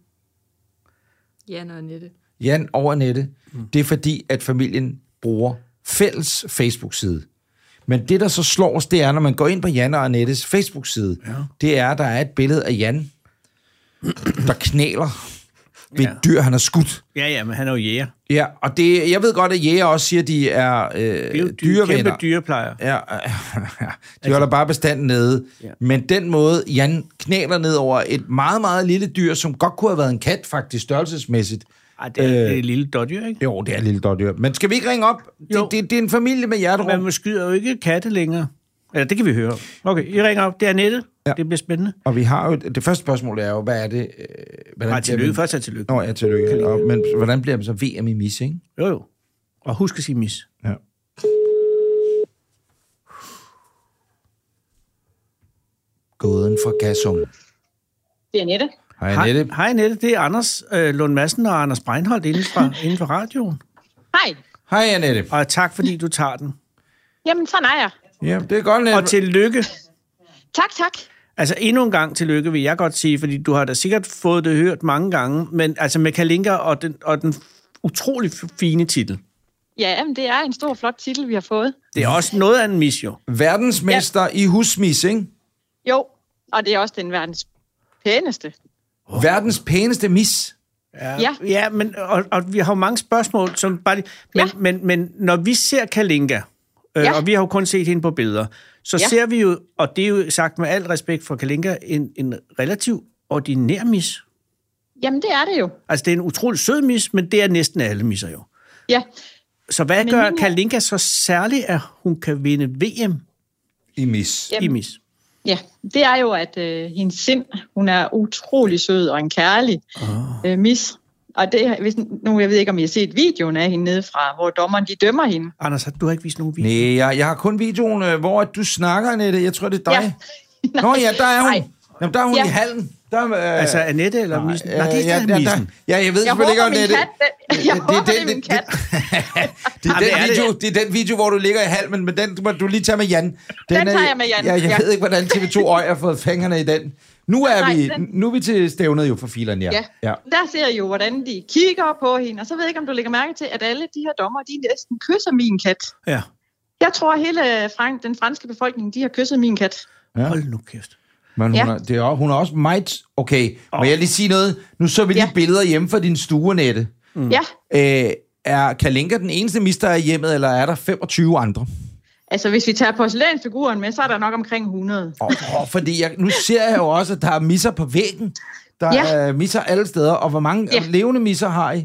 [SPEAKER 3] Jan og Annette.
[SPEAKER 2] Jan og Annette. Mm. Det er fordi, at familien bruger fælles Facebook-side. Men det, der så slår os, det er, når man går ind på Jan og Annettes Facebook-side, ja. det er, at der er et billede af Jan, der knæler ved ja. et dyr, han har skudt.
[SPEAKER 1] Ja, ja, men han er jo jæger.
[SPEAKER 2] Ja, og det, jeg ved godt, at jæger også siger, at de er
[SPEAKER 1] Det er
[SPEAKER 2] øh,
[SPEAKER 1] jo dyre,
[SPEAKER 2] dyrevenner.
[SPEAKER 1] kæmpe dyreplejer.
[SPEAKER 2] Ja, de holder bare bestanden nede. Altså- Ja. Men den måde, Jan knæler ned over et meget, meget lille dyr, som godt kunne have været en kat faktisk størrelsesmæssigt.
[SPEAKER 1] Ej, det er, øh, det er et lille doddyr, ikke?
[SPEAKER 2] Jo, det er et lille dårligt dyr. Men skal vi ikke ringe op?
[SPEAKER 1] Jo.
[SPEAKER 2] Det, det, det er en familie med hjerterum.
[SPEAKER 1] Man skyder jo ikke katte længere. Eller det kan vi høre. Okay, I ringer op. Det er Nette. Ja. Det bliver spændende.
[SPEAKER 2] Og vi har jo, det første spørgsmål er jo, hvad er det? Øh, hvordan
[SPEAKER 1] Nej,
[SPEAKER 2] bliver
[SPEAKER 1] tillykke.
[SPEAKER 2] vi-
[SPEAKER 1] Først er tillykke.
[SPEAKER 2] Nå, ja, tillykke. Og, men hvordan bliver man så VM i mis, ikke?
[SPEAKER 1] Jo, jo. Og husk at sige mis.
[SPEAKER 2] Ja. Gåden fra Gasum.
[SPEAKER 6] Det er Annette.
[SPEAKER 2] Hej, Annette.
[SPEAKER 1] Hej, hej Nette. Det er Anders øh, Lund Madsen og Anders Breinholt inden for, inden for radioen.
[SPEAKER 6] Hej.
[SPEAKER 2] Hej, Annette.
[SPEAKER 1] Og tak, fordi du tager den.
[SPEAKER 6] Jamen, sådan er jeg.
[SPEAKER 2] Ja, det er godt, Annette.
[SPEAKER 1] Og tillykke.
[SPEAKER 6] Tak, tak.
[SPEAKER 1] Altså endnu en gang tillykke, vil jeg godt sige, fordi du har da sikkert fået det hørt mange gange, men altså med Kalinka og den, og den utrolig fine titel.
[SPEAKER 6] Ja, jamen, det er en stor, flot titel, vi har fået.
[SPEAKER 1] Det er også noget af en mis, jo.
[SPEAKER 2] Verdensmester ja. i husmis, ikke?
[SPEAKER 6] Jo, og det er også den verdens pæneste.
[SPEAKER 2] Oh. Verdens pæneste mis.
[SPEAKER 6] Ja.
[SPEAKER 1] Ja, men, og, og vi har jo mange spørgsmål, som bare lige, men,
[SPEAKER 6] Ja.
[SPEAKER 1] ja. men, men når vi ser Kalinka, øh,
[SPEAKER 6] Ja.
[SPEAKER 1] og vi har jo kun set hende på billeder, så
[SPEAKER 6] Ja.
[SPEAKER 1] ja. ser vi jo, og det er jo sagt med al respekt for Kalinka, en, en relativ ordinær mis.
[SPEAKER 6] Jamen, det er det jo.
[SPEAKER 1] Altså det er en utrolig sød mis, men det er næsten alle misser jo.
[SPEAKER 6] Ja,
[SPEAKER 1] Så hvad
[SPEAKER 6] Men
[SPEAKER 1] gør
[SPEAKER 6] min er-
[SPEAKER 1] Kalinka så særligt, at hun kan vinde VM
[SPEAKER 2] I mis.
[SPEAKER 1] i
[SPEAKER 6] Jamen.
[SPEAKER 1] mis?
[SPEAKER 6] ja. det er jo, at øh, hendes sind, hun er utrolig sød og en kærlig oh.
[SPEAKER 2] Ah.
[SPEAKER 6] øh, mis. Og det, hvis, nu, jeg ved ikke, om I har set videoen af hende nedefra, hvor dommeren, de dømmer hende.
[SPEAKER 1] Anders, har- du har ikke vist nogen video.
[SPEAKER 2] Nej, jeg, jeg har kun videoen, øh, hvor at du snakker, Annette. Jeg tror, det er dig.
[SPEAKER 6] Ja.
[SPEAKER 2] Nå ja, der er hun.
[SPEAKER 6] Nej.
[SPEAKER 2] Jamen, der er hun ja.
[SPEAKER 6] Ja.
[SPEAKER 2] i hallen. Der, øh,
[SPEAKER 1] Altså, Annette eller nej, Missen? Nej, det er ikke
[SPEAKER 2] ja,
[SPEAKER 1] ja,
[SPEAKER 2] der,
[SPEAKER 1] Missen.
[SPEAKER 2] ja, jeg ved
[SPEAKER 6] Jeg
[SPEAKER 2] selvfølgelig ikke,
[SPEAKER 6] håber,
[SPEAKER 2] om
[SPEAKER 6] min
[SPEAKER 2] det er det.
[SPEAKER 6] kat... den- Jeg håber, det, er min kat.
[SPEAKER 2] Det er,
[SPEAKER 1] Jamen, det
[SPEAKER 2] den
[SPEAKER 1] er det.
[SPEAKER 2] video, det er den video, hvor du ligger i halmen, men den må du lige tage med Jan. Den,
[SPEAKER 6] Den
[SPEAKER 2] er-
[SPEAKER 6] tager jeg med Jan,
[SPEAKER 2] Ja, jeg
[SPEAKER 6] ja.
[SPEAKER 2] ved ikke, hvordan TV2 Øj har fået fingrene i den. Nu er,
[SPEAKER 6] Nej,
[SPEAKER 2] vi,
[SPEAKER 6] den-
[SPEAKER 2] nu er vi til stævnet jo for filerne, ja.
[SPEAKER 6] Ja.
[SPEAKER 2] ja.
[SPEAKER 6] ja. Der ser jeg jo, hvordan de kigger på hende, og så ved jeg ikke, om du lægger mærke til, at alle de her dommer, de næsten kysser min kat.
[SPEAKER 1] Ja.
[SPEAKER 6] Jeg tror, hele Frank, den franske befolkning, de har kysset min kat.
[SPEAKER 1] ja. Hold nu kæft.
[SPEAKER 2] Men hun,
[SPEAKER 6] Ja.
[SPEAKER 2] er, det er, hun er også meget... Okay, må jeg lige sige noget? Nu så vi lige
[SPEAKER 6] Ja.
[SPEAKER 2] billeder hjemme fra din stue, Nette.
[SPEAKER 6] Mm. Ja,
[SPEAKER 2] Øh, Er Kalinka den eneste mis, der er i hjemmet, eller er der 25 andre?
[SPEAKER 6] Altså, hvis vi tager porcelænsfiguren med, så er der nok omkring 100.
[SPEAKER 2] Oh, oh, fordi jeg, nu ser jeg jo også, at der er misser på væggen. Der
[SPEAKER 6] Ja.
[SPEAKER 2] er misser alle steder. Og hvor mange
[SPEAKER 6] Ja.
[SPEAKER 2] levende misser har I? Ah,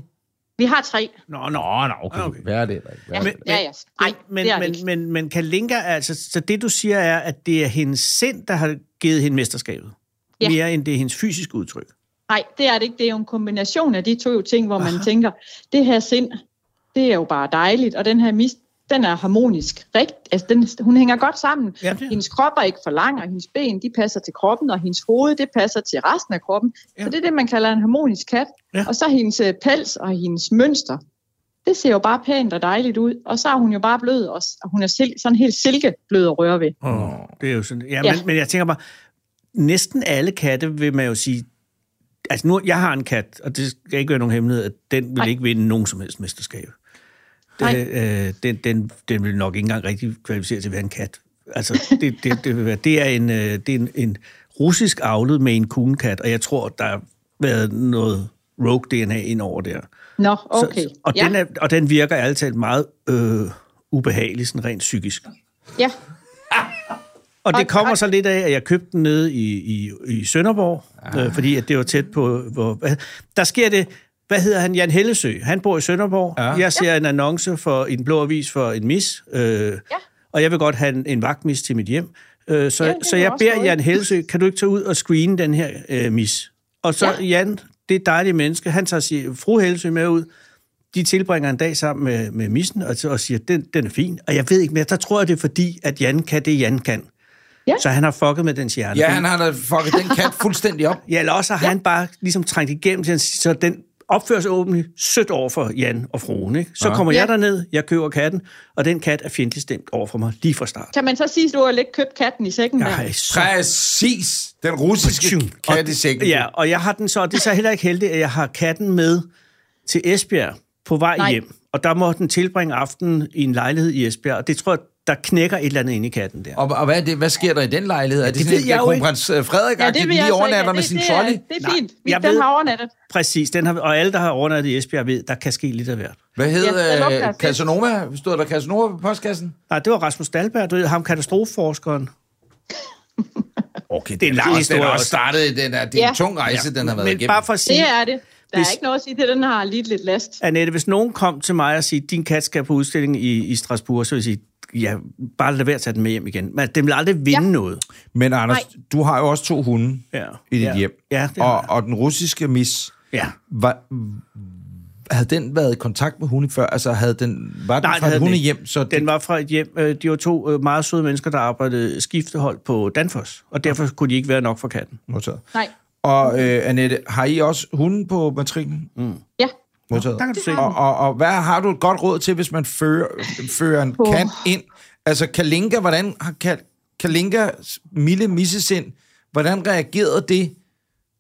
[SPEAKER 6] Vi har tre.
[SPEAKER 1] Nå, nå, nå, okay. okay.
[SPEAKER 2] Hvad er det? eller ikke? Hvad
[SPEAKER 6] Ja,
[SPEAKER 2] er det?
[SPEAKER 6] men, ja, ja. Nej,
[SPEAKER 1] men,
[SPEAKER 6] det er det
[SPEAKER 1] men,
[SPEAKER 6] ikke.
[SPEAKER 1] men, men Kalinka, er altså, så det du siger er, at det er hendes sind, der har givet hende mesterskabet.
[SPEAKER 6] Ja.
[SPEAKER 1] Mere end det er hendes fysiske udtryk.
[SPEAKER 6] Nej, det er det ikke. Det er jo en kombination af de to ting, hvor man tænker, det her sind, det er jo bare dejligt, og den her mist, den er harmonisk. Rigt, altså den, hun hænger godt sammen.
[SPEAKER 1] Ja, det er.
[SPEAKER 6] Hendes krop er ikke for lang, og hendes ben, de passer til kroppen, og hendes hoved, det passer til resten af kroppen.
[SPEAKER 1] Ja.
[SPEAKER 6] Ja. Så det er det, man kalder en harmonisk kat.
[SPEAKER 1] Ja.
[SPEAKER 6] Ja. Og så hendes øh, pels og hendes mønster. Det ser jo bare pænt og dejligt ud, og så er hun jo bare blød, og s- og hun er sil- sådan helt silkeblød at røre ved.
[SPEAKER 1] Oh, det er jo sådan. Ja,
[SPEAKER 6] Ja.
[SPEAKER 1] Men, men jeg tænker bare, næsten alle katte vil man jo sige, altså nu, jeg har en kat, og det skal ikke være nogen hemmelighed, at den vil
[SPEAKER 6] Nej.
[SPEAKER 1] ikke vinde nogen som helst mesterskab. Den,
[SPEAKER 6] Nej.
[SPEAKER 1] øh, den, den, den vil nok ikke engang rigtig kvalificere til at være en kat. Altså, det, det, det, vil være, det er, en, øh, det er en, en russisk avlet med en kunkat, og jeg tror, der har været noget rogue-DNA ind over der.
[SPEAKER 6] Nå,
[SPEAKER 1] Så-
[SPEAKER 6] okay.
[SPEAKER 1] Så, og, den er, og den virker ærligt talt meget øh, ubehagelig, sådan rent psykisk.
[SPEAKER 6] ja.
[SPEAKER 1] Og det
[SPEAKER 6] Og-
[SPEAKER 1] kommer
[SPEAKER 6] og-
[SPEAKER 1] så lidt af, at jeg købte den nede i, i, i Sønderborg,
[SPEAKER 6] Ah.
[SPEAKER 1] øh, fordi at det var tæt på... Hvor, hvad- der sker det... Hvad hedder han? Jan Hellesø. Han bor i Sønderborg. Ja. Jeg ser en annonce for, i den blå avis for en mis, øh, ja. og jeg vil godt have en, en vagtmis til mit hjem. Øh, så,
[SPEAKER 6] Ja,
[SPEAKER 1] ja,
[SPEAKER 6] det
[SPEAKER 1] så
[SPEAKER 6] kan
[SPEAKER 1] jeg
[SPEAKER 6] også
[SPEAKER 1] beder
[SPEAKER 6] noget.
[SPEAKER 1] Jan Hellesø, kan du ikke tage ud og screene den her øh, mis? Og så ja. Jan, det dejlige menneske, han tager sig, fru Hellesø med ud, de tilbringer en dag sammen med, med missen og, og siger, den, den er fin. Og jeg ved ikke mere, der tror jeg, det er fordi, at Jan kan det, Jan kan.
[SPEAKER 6] Ja.
[SPEAKER 1] Så han har fucket med dens hjerne.
[SPEAKER 2] Ja, han har da fucket den kat fuldstændig op.
[SPEAKER 1] ja eller også har ja. han bare ligesom trængt igennem til, hans- så den opfører sig åbenligt sødt over for Jan og fruen. Ikke? Så kommer jeg
[SPEAKER 6] Ja.
[SPEAKER 1] derned, jeg køber katten, og den kat er fjendtligt stemt over for mig lige fra start.
[SPEAKER 6] Kan man så sige, at du har lidt købt katten i sækken? der?
[SPEAKER 1] Ej, så
[SPEAKER 2] Præcis. Den russiske
[SPEAKER 1] Tjung.
[SPEAKER 2] kat
[SPEAKER 1] Og-
[SPEAKER 2] i sækken.
[SPEAKER 1] Ja, og jeg har den så, det er så heller ikke heldigt, at jeg har katten med til Esbjerg på vej Nej.
[SPEAKER 6] Nej.
[SPEAKER 1] hjem. Og der må den tilbringe aftenen i en lejlighed i Esbjerg, og det tror jeg, der knækker et eller andet inde i katten der.
[SPEAKER 2] Og, og hvad, er det, hvad sker der i den lejlighed? Ja, er det,
[SPEAKER 1] det
[SPEAKER 2] det sådan,
[SPEAKER 1] ved
[SPEAKER 2] at
[SPEAKER 1] jeg
[SPEAKER 2] jeg
[SPEAKER 1] jo
[SPEAKER 2] kronprins øh, Frederik ja,
[SPEAKER 6] vil jeg
[SPEAKER 2] lige
[SPEAKER 6] altså
[SPEAKER 2] overnatter
[SPEAKER 6] ikke.
[SPEAKER 2] med
[SPEAKER 6] Det-
[SPEAKER 2] sin
[SPEAKER 6] det er-
[SPEAKER 2] trolley?
[SPEAKER 6] Det er
[SPEAKER 1] Nej,
[SPEAKER 6] fint. Vi,
[SPEAKER 1] jeg
[SPEAKER 6] den
[SPEAKER 1] ved-
[SPEAKER 6] har overnattet.
[SPEAKER 1] Præcis, den har, og alle, der har overnattet i Esbjerg, ved, der kan ske lidt af hvert.
[SPEAKER 2] Hvad
[SPEAKER 6] Ja, den
[SPEAKER 2] hed
[SPEAKER 6] lugter
[SPEAKER 2] ja,
[SPEAKER 6] af
[SPEAKER 2] øh,
[SPEAKER 6] fisk.
[SPEAKER 2] Casanova? Stod der Casanova på postkassen?
[SPEAKER 1] Nej, det var Rasmus Dahlberg, du ved, ham katastrofeforskeren. Okay, det er en lang
[SPEAKER 2] Den
[SPEAKER 1] historie
[SPEAKER 2] har også
[SPEAKER 1] også.
[SPEAKER 2] startet, den er, det er en
[SPEAKER 6] Ja.
[SPEAKER 2] tung rejse, den har været
[SPEAKER 1] Men
[SPEAKER 2] igennem.
[SPEAKER 1] bare for at
[SPEAKER 6] Det
[SPEAKER 1] sige,
[SPEAKER 6] er det. Der
[SPEAKER 1] Hvis-
[SPEAKER 6] er ikke noget at sige til, den har lidt lidt last.
[SPEAKER 1] Annette, hvis nogen kom til mig og sagde, din kat skal på udstilling i, i Strasbourg, så vil jeg sige, ja, bare lad være at tage den med hjem igen. Men den vil aldrig vinde ja. noget.
[SPEAKER 2] Men Anders, Nej. du har jo også to hunde
[SPEAKER 1] Ja.
[SPEAKER 2] i dit
[SPEAKER 1] Ja.
[SPEAKER 2] hjem.
[SPEAKER 1] Ja, det har
[SPEAKER 2] og,
[SPEAKER 1] jeg.
[SPEAKER 2] og den russiske mis,
[SPEAKER 1] Ja.
[SPEAKER 2] var, havde den været i kontakt med hunde før? Altså, havde den, var den
[SPEAKER 1] Nej,
[SPEAKER 2] Nej,
[SPEAKER 1] det
[SPEAKER 2] fra
[SPEAKER 1] havde
[SPEAKER 2] et
[SPEAKER 1] den
[SPEAKER 2] hundehjem? Så
[SPEAKER 1] Den
[SPEAKER 2] det,
[SPEAKER 1] var fra et hjem, øh, de var to øh, meget søde mennesker, der arbejdede skiftehold på Danfoss, og derfor kunne de ikke være nok for katten.
[SPEAKER 2] modtaget.
[SPEAKER 6] Nej.
[SPEAKER 2] Og øh, Annette, har I også hunde på matrikken? Mm.
[SPEAKER 6] Ja.
[SPEAKER 2] Modtaget.
[SPEAKER 1] Der kan du se.
[SPEAKER 2] Og, og, og hvad har du et godt råd til, hvis man fører, fører en
[SPEAKER 6] Åh.
[SPEAKER 2] kat ind? Altså, Kalinka, hvordan har Kal- Kalinkas milde missesind, hvordan reagerede det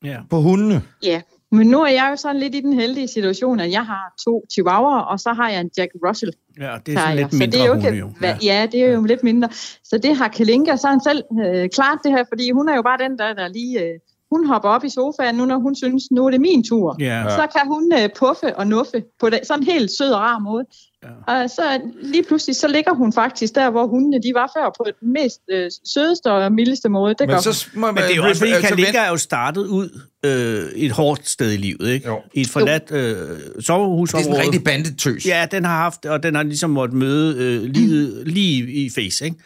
[SPEAKER 1] Ja.
[SPEAKER 2] på hundene?
[SPEAKER 6] Ja. Men nu er jeg jo sådan lidt i den heldige situation, at jeg har to chihuahuaer, og så har jeg en Jack Russell.
[SPEAKER 1] ja, det er sådan
[SPEAKER 6] terrier.
[SPEAKER 1] lidt mindre
[SPEAKER 6] så det er jo
[SPEAKER 1] hunde,
[SPEAKER 6] ikke,
[SPEAKER 1] jo.
[SPEAKER 6] Ja. ja, det er jo lidt mindre. Så det har Kalinka sådan selv øh, klart det her, fordi hun er jo bare den, der, der lige... Øh, hun hopper op i sofaen nu, når hun synes, nu er det min tur.
[SPEAKER 1] Ja.
[SPEAKER 6] Så kan hun øh, puffe og nuffe på den, sådan en helt sød og rar måde. Ja. Og så lige pludselig, så ligger hun faktisk der, hvor hundene de var før, på den mest øh, sødeste og mildeste måde. Det gør
[SPEAKER 2] Men
[SPEAKER 6] så...
[SPEAKER 2] så må man...
[SPEAKER 1] Men det er jo også, fordi
[SPEAKER 2] altså, vent-
[SPEAKER 1] Kalinka er jo startet ud øh, et hårdt sted i livet, ikke?
[SPEAKER 2] Jo.
[SPEAKER 1] I et forladt øh,
[SPEAKER 2] Det er
[SPEAKER 1] sommerhusområde.
[SPEAKER 2] sådan en rigtig bandetøs.
[SPEAKER 1] Ja, den har haft, og den har ligesom måttet møde øh, livet lige i face, ikke?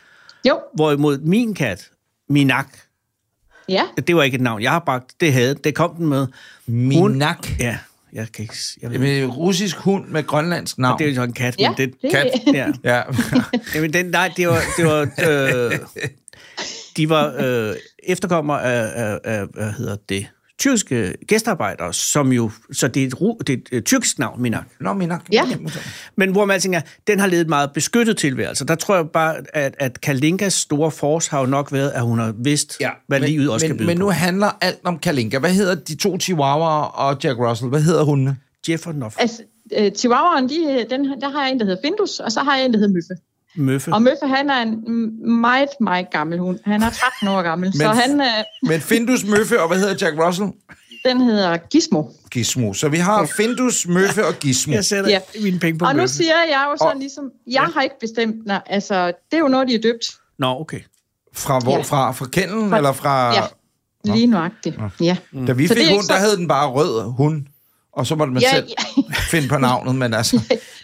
[SPEAKER 6] Jo,
[SPEAKER 1] Hvorimod min kat, Minak,
[SPEAKER 6] ja.
[SPEAKER 1] det var ikke et navn, jeg har bragt, det havde, det kom den med.
[SPEAKER 2] Minak.
[SPEAKER 1] Ja, jeg kan ikke, s- jeg ved, ikke.
[SPEAKER 2] Med øh, russisk hund med grønlandsk navn.
[SPEAKER 1] det er jo sådan en kat,
[SPEAKER 6] Ja,
[SPEAKER 1] men den,
[SPEAKER 6] det-
[SPEAKER 2] Kat.
[SPEAKER 1] ja.
[SPEAKER 2] Ja.
[SPEAKER 1] Jamen, den, nej, det var, det var øh, de var øh, efterkommer af, af, af, hvad hedder det, tyrkiske gæstearbejdere, som jo, så det er et, ru- det er et øh, tyrkisk navn, Minak.
[SPEAKER 2] Nå, Minak.
[SPEAKER 6] Ja.
[SPEAKER 1] Men hvor man tænker, den har levet et meget beskyttet tilværelse. Der tror jeg bare, at, at Kalinkas store force har jo nok været, at hun har vidst, ja, hvad
[SPEAKER 2] men,
[SPEAKER 1] livet også
[SPEAKER 2] men,
[SPEAKER 1] kan byde
[SPEAKER 2] Men
[SPEAKER 1] på.
[SPEAKER 2] nu handler alt om Kalinka. Hvad hedder de to chihuahuaer og Jack Russell? Hvad hedder hundene?
[SPEAKER 1] Jefferson og
[SPEAKER 6] Altså, øh, Chihuahuaen, de, øh, den, der har jeg en, der hedder Findus, og så har jeg en, der hedder Møffe.
[SPEAKER 1] Møffe.
[SPEAKER 6] Og Møffe, han er en m- meget, meget gammel hund. Han er 13 år gammel, så
[SPEAKER 2] Men-
[SPEAKER 6] han... Øh,
[SPEAKER 2] Men Findus Møffe, og hvad hedder Jack Russell?
[SPEAKER 6] den hedder Gizmo.
[SPEAKER 2] Gizmo. Så vi har Findus, Møffe og Gizmo.
[SPEAKER 1] Jeg sætter ja.
[SPEAKER 6] Ja.
[SPEAKER 1] mine penge på
[SPEAKER 6] Og nu
[SPEAKER 1] Møffe.
[SPEAKER 6] siger jeg jo sådan
[SPEAKER 2] Og-
[SPEAKER 6] ligesom, jeg har ikke bestemt, nej, altså, det er jo noget, de er døbt.
[SPEAKER 1] Nå, okay.
[SPEAKER 2] Fra hvorfra? Fra kenden,
[SPEAKER 6] Fra-
[SPEAKER 2] eller fra...
[SPEAKER 6] Ja, lige nuagtigt. Ja.
[SPEAKER 2] Da vi
[SPEAKER 6] Så
[SPEAKER 2] fik
[SPEAKER 6] det er ikke
[SPEAKER 2] hund, der
[SPEAKER 6] så-
[SPEAKER 2] hed den bare rød hund. Og så måtte man
[SPEAKER 6] Ja,
[SPEAKER 2] selv finde på navnet, men altså...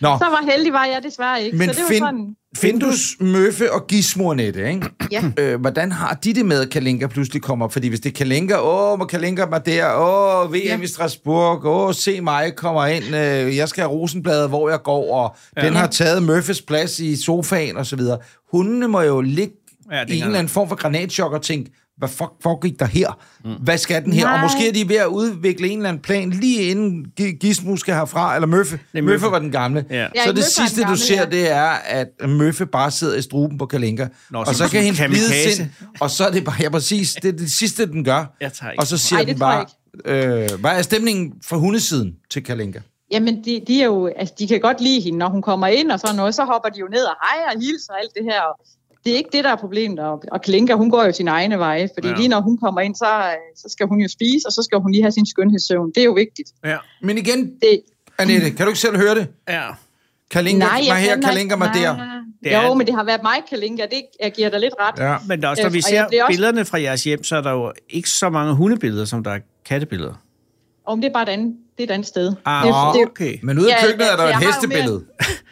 [SPEAKER 2] Nå,
[SPEAKER 6] Så var heldig var jeg desværre ikke.
[SPEAKER 2] men
[SPEAKER 6] så det var
[SPEAKER 2] fin,
[SPEAKER 6] sådan,
[SPEAKER 2] Findus, Møffe og Gizmo Annette, ikke?
[SPEAKER 6] Ja.
[SPEAKER 2] Øh, hvordan har de det med, at Kalinka pludselig kommer? Fordi hvis det er Kalinka, åh, må Kalinka mig der, åh, VM ja.
[SPEAKER 6] Ja.
[SPEAKER 2] i Strasbourg, åh, se mig, kommer ind, øh, jeg skal have Rosenbladet, hvor jeg går, og ja. den har taget Møffes plads i sofaen, og så videre. Hundene må jo ligge
[SPEAKER 1] Ja,
[SPEAKER 2] ja,
[SPEAKER 1] det
[SPEAKER 2] i en
[SPEAKER 1] kan
[SPEAKER 2] eller anden form for granatchok og tænke, hvad fuck foregik der her? Mm. Hvad skal den her? Nej. Og
[SPEAKER 6] Nej.
[SPEAKER 2] måske er de ved at udvikle en eller anden plan, lige inden Gi- Gizmo skal herfra, eller Møffe.
[SPEAKER 1] er
[SPEAKER 2] Møffe.
[SPEAKER 1] Møffe.
[SPEAKER 2] Møffe var den gamle.
[SPEAKER 1] Ja.
[SPEAKER 6] Ja,
[SPEAKER 2] Så det
[SPEAKER 6] i Møffe er den
[SPEAKER 2] sidste, du
[SPEAKER 6] gamle,
[SPEAKER 2] ser,
[SPEAKER 6] ja.
[SPEAKER 2] det det er, at Møffe bare sidder i struben på Kalinka,
[SPEAKER 1] Nå,
[SPEAKER 2] Nå, og
[SPEAKER 1] som
[SPEAKER 2] så
[SPEAKER 1] sådan
[SPEAKER 2] kan hendes blide
[SPEAKER 1] kamikaze.
[SPEAKER 2] sind, og så er det bare, ja præcis, det er det sidste, den gør.
[SPEAKER 1] Jeg tager ikke.
[SPEAKER 2] Og så siger
[SPEAKER 6] Ej,
[SPEAKER 2] den
[SPEAKER 6] det tror
[SPEAKER 2] bare, øh, hvad er stemningen fra hundesiden til Kalinka?
[SPEAKER 6] Jamen, de, de, er jo, altså, de kan godt lide hende, når hun kommer ind og sådan noget, så hopper de jo ned og hej og hilser og alt det her. Og det er ikke det, der er problemet. Og, og Klinka, hun går jo sin egne veje, fordi
[SPEAKER 1] Ja.
[SPEAKER 6] ja. lige når hun kommer ind, så, øh, så skal hun jo spise, og så skal hun lige have sin skønhedssøvn. Det er jo vigtigt.
[SPEAKER 1] Ja,
[SPEAKER 2] Men igen,
[SPEAKER 6] Det,
[SPEAKER 2] Annette, kan du ikke selv høre det?
[SPEAKER 1] ja.
[SPEAKER 2] Kalinka
[SPEAKER 6] nej,
[SPEAKER 2] mig her,
[SPEAKER 6] kender
[SPEAKER 2] Kalinka
[SPEAKER 6] ikke-
[SPEAKER 2] mig
[SPEAKER 6] nej.
[SPEAKER 2] der.
[SPEAKER 1] Det er-
[SPEAKER 6] Jo, men det har været mig, Kalinka. Det jeg giver dig lidt ret.
[SPEAKER 2] Ja.
[SPEAKER 1] Men der er også, når
[SPEAKER 6] Øh,
[SPEAKER 1] vi
[SPEAKER 6] og jeg
[SPEAKER 1] ser
[SPEAKER 6] bliver
[SPEAKER 1] også...
[SPEAKER 6] også-
[SPEAKER 1] billederne fra jeres hjem, så er der jo ikke så mange hundebilleder, som der er kattebilleder.
[SPEAKER 6] Om det er bare et andet, det er et andet sted.
[SPEAKER 1] Ah,
[SPEAKER 6] det,
[SPEAKER 2] Nå,
[SPEAKER 6] det,
[SPEAKER 1] okay.
[SPEAKER 2] Men ude i
[SPEAKER 6] Ja,
[SPEAKER 2] køkkenet er der jo
[SPEAKER 6] jeg
[SPEAKER 2] et
[SPEAKER 6] har jo
[SPEAKER 2] hestebillede.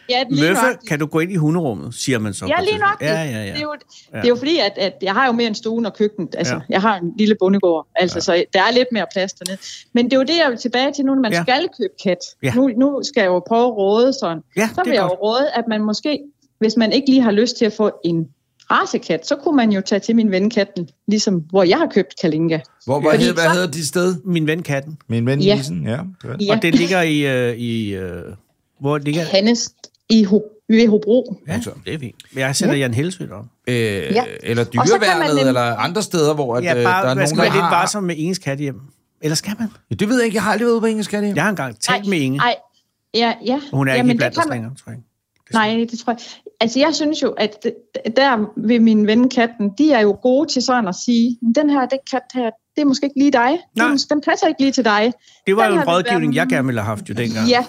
[SPEAKER 6] ja, lige nok.
[SPEAKER 1] Møffe, kan du gå ind i hunderummet, siger man så.
[SPEAKER 6] Ja,
[SPEAKER 1] på
[SPEAKER 6] lige nok.
[SPEAKER 1] tidspunkt. Ja, ja, ja.
[SPEAKER 6] Det, er jo,
[SPEAKER 1] Ja.
[SPEAKER 6] det er jo fordi, at, at jeg har jo mere en stuen og køkken. Altså,
[SPEAKER 1] Ja.
[SPEAKER 6] ja. Jeg har en lille bondegård, altså, ja. så der er lidt mere plads dernede. Men det er jo det, jeg vil tilbage til nu, når man
[SPEAKER 1] Ja.
[SPEAKER 6] ja. skal købe kat.
[SPEAKER 1] Ja.
[SPEAKER 6] Ja. Nu, nu skal jeg jo prøve at råde sådan.
[SPEAKER 1] Ja,
[SPEAKER 6] så
[SPEAKER 1] det
[SPEAKER 6] vil
[SPEAKER 1] er
[SPEAKER 6] jeg jo råde, at man måske, hvis man ikke lige har lyst til at få en rasekat, så kunne man jo tage til min ven katten, ligesom hvor jeg har købt Kalinka.
[SPEAKER 2] Hvor, hvor
[SPEAKER 6] Fordi
[SPEAKER 2] hed, hvad
[SPEAKER 6] så-
[SPEAKER 2] hedder de sted?
[SPEAKER 1] Min ven katten.
[SPEAKER 2] Min ven
[SPEAKER 6] Ja.
[SPEAKER 2] Isen, ja. det var det.
[SPEAKER 1] Ja. Og det ligger i... Øh, i øh, hvor ligger det?
[SPEAKER 6] Hannes i Ho- ved Hobro.
[SPEAKER 1] Ja, det er fint. Jeg sætter ja. Jan Helsødt op.
[SPEAKER 2] Øh,
[SPEAKER 6] Ja.
[SPEAKER 2] Eller
[SPEAKER 6] Og så kan man
[SPEAKER 2] dyreværnet,
[SPEAKER 6] nemlig-
[SPEAKER 2] eller andre steder, hvor at,
[SPEAKER 1] Ja,
[SPEAKER 2] øh, der
[SPEAKER 1] bare,
[SPEAKER 2] er
[SPEAKER 1] man
[SPEAKER 2] nogen,
[SPEAKER 1] skal
[SPEAKER 2] der
[SPEAKER 1] være lidt
[SPEAKER 2] har...
[SPEAKER 1] varsom med Inges kat hjem. Eller skal man?
[SPEAKER 2] Ja, Det ved jeg ikke, jeg har aldrig været ude på engelsk,
[SPEAKER 1] Jeg har engang talt med Inge.
[SPEAKER 6] Nej, ja, ja.
[SPEAKER 1] Hun er ikke
[SPEAKER 6] Jamen, det
[SPEAKER 1] i blandt
[SPEAKER 6] kan
[SPEAKER 1] os
[SPEAKER 6] man-
[SPEAKER 1] længere, tror jeg.
[SPEAKER 6] Nej, det tror jeg. Altså, jeg synes jo, at d- der ved min ven katten, de er jo gode til sådan at sige, den her den kat her, det er måske ikke lige dig.
[SPEAKER 1] Nej.
[SPEAKER 6] Den, mås- den passer ikke lige til dig.
[SPEAKER 1] Det var
[SPEAKER 6] Den
[SPEAKER 1] jo en
[SPEAKER 6] har vi
[SPEAKER 1] rådgivning,
[SPEAKER 6] været-
[SPEAKER 1] jeg gerne ville have haft jo dengang.
[SPEAKER 6] Ja.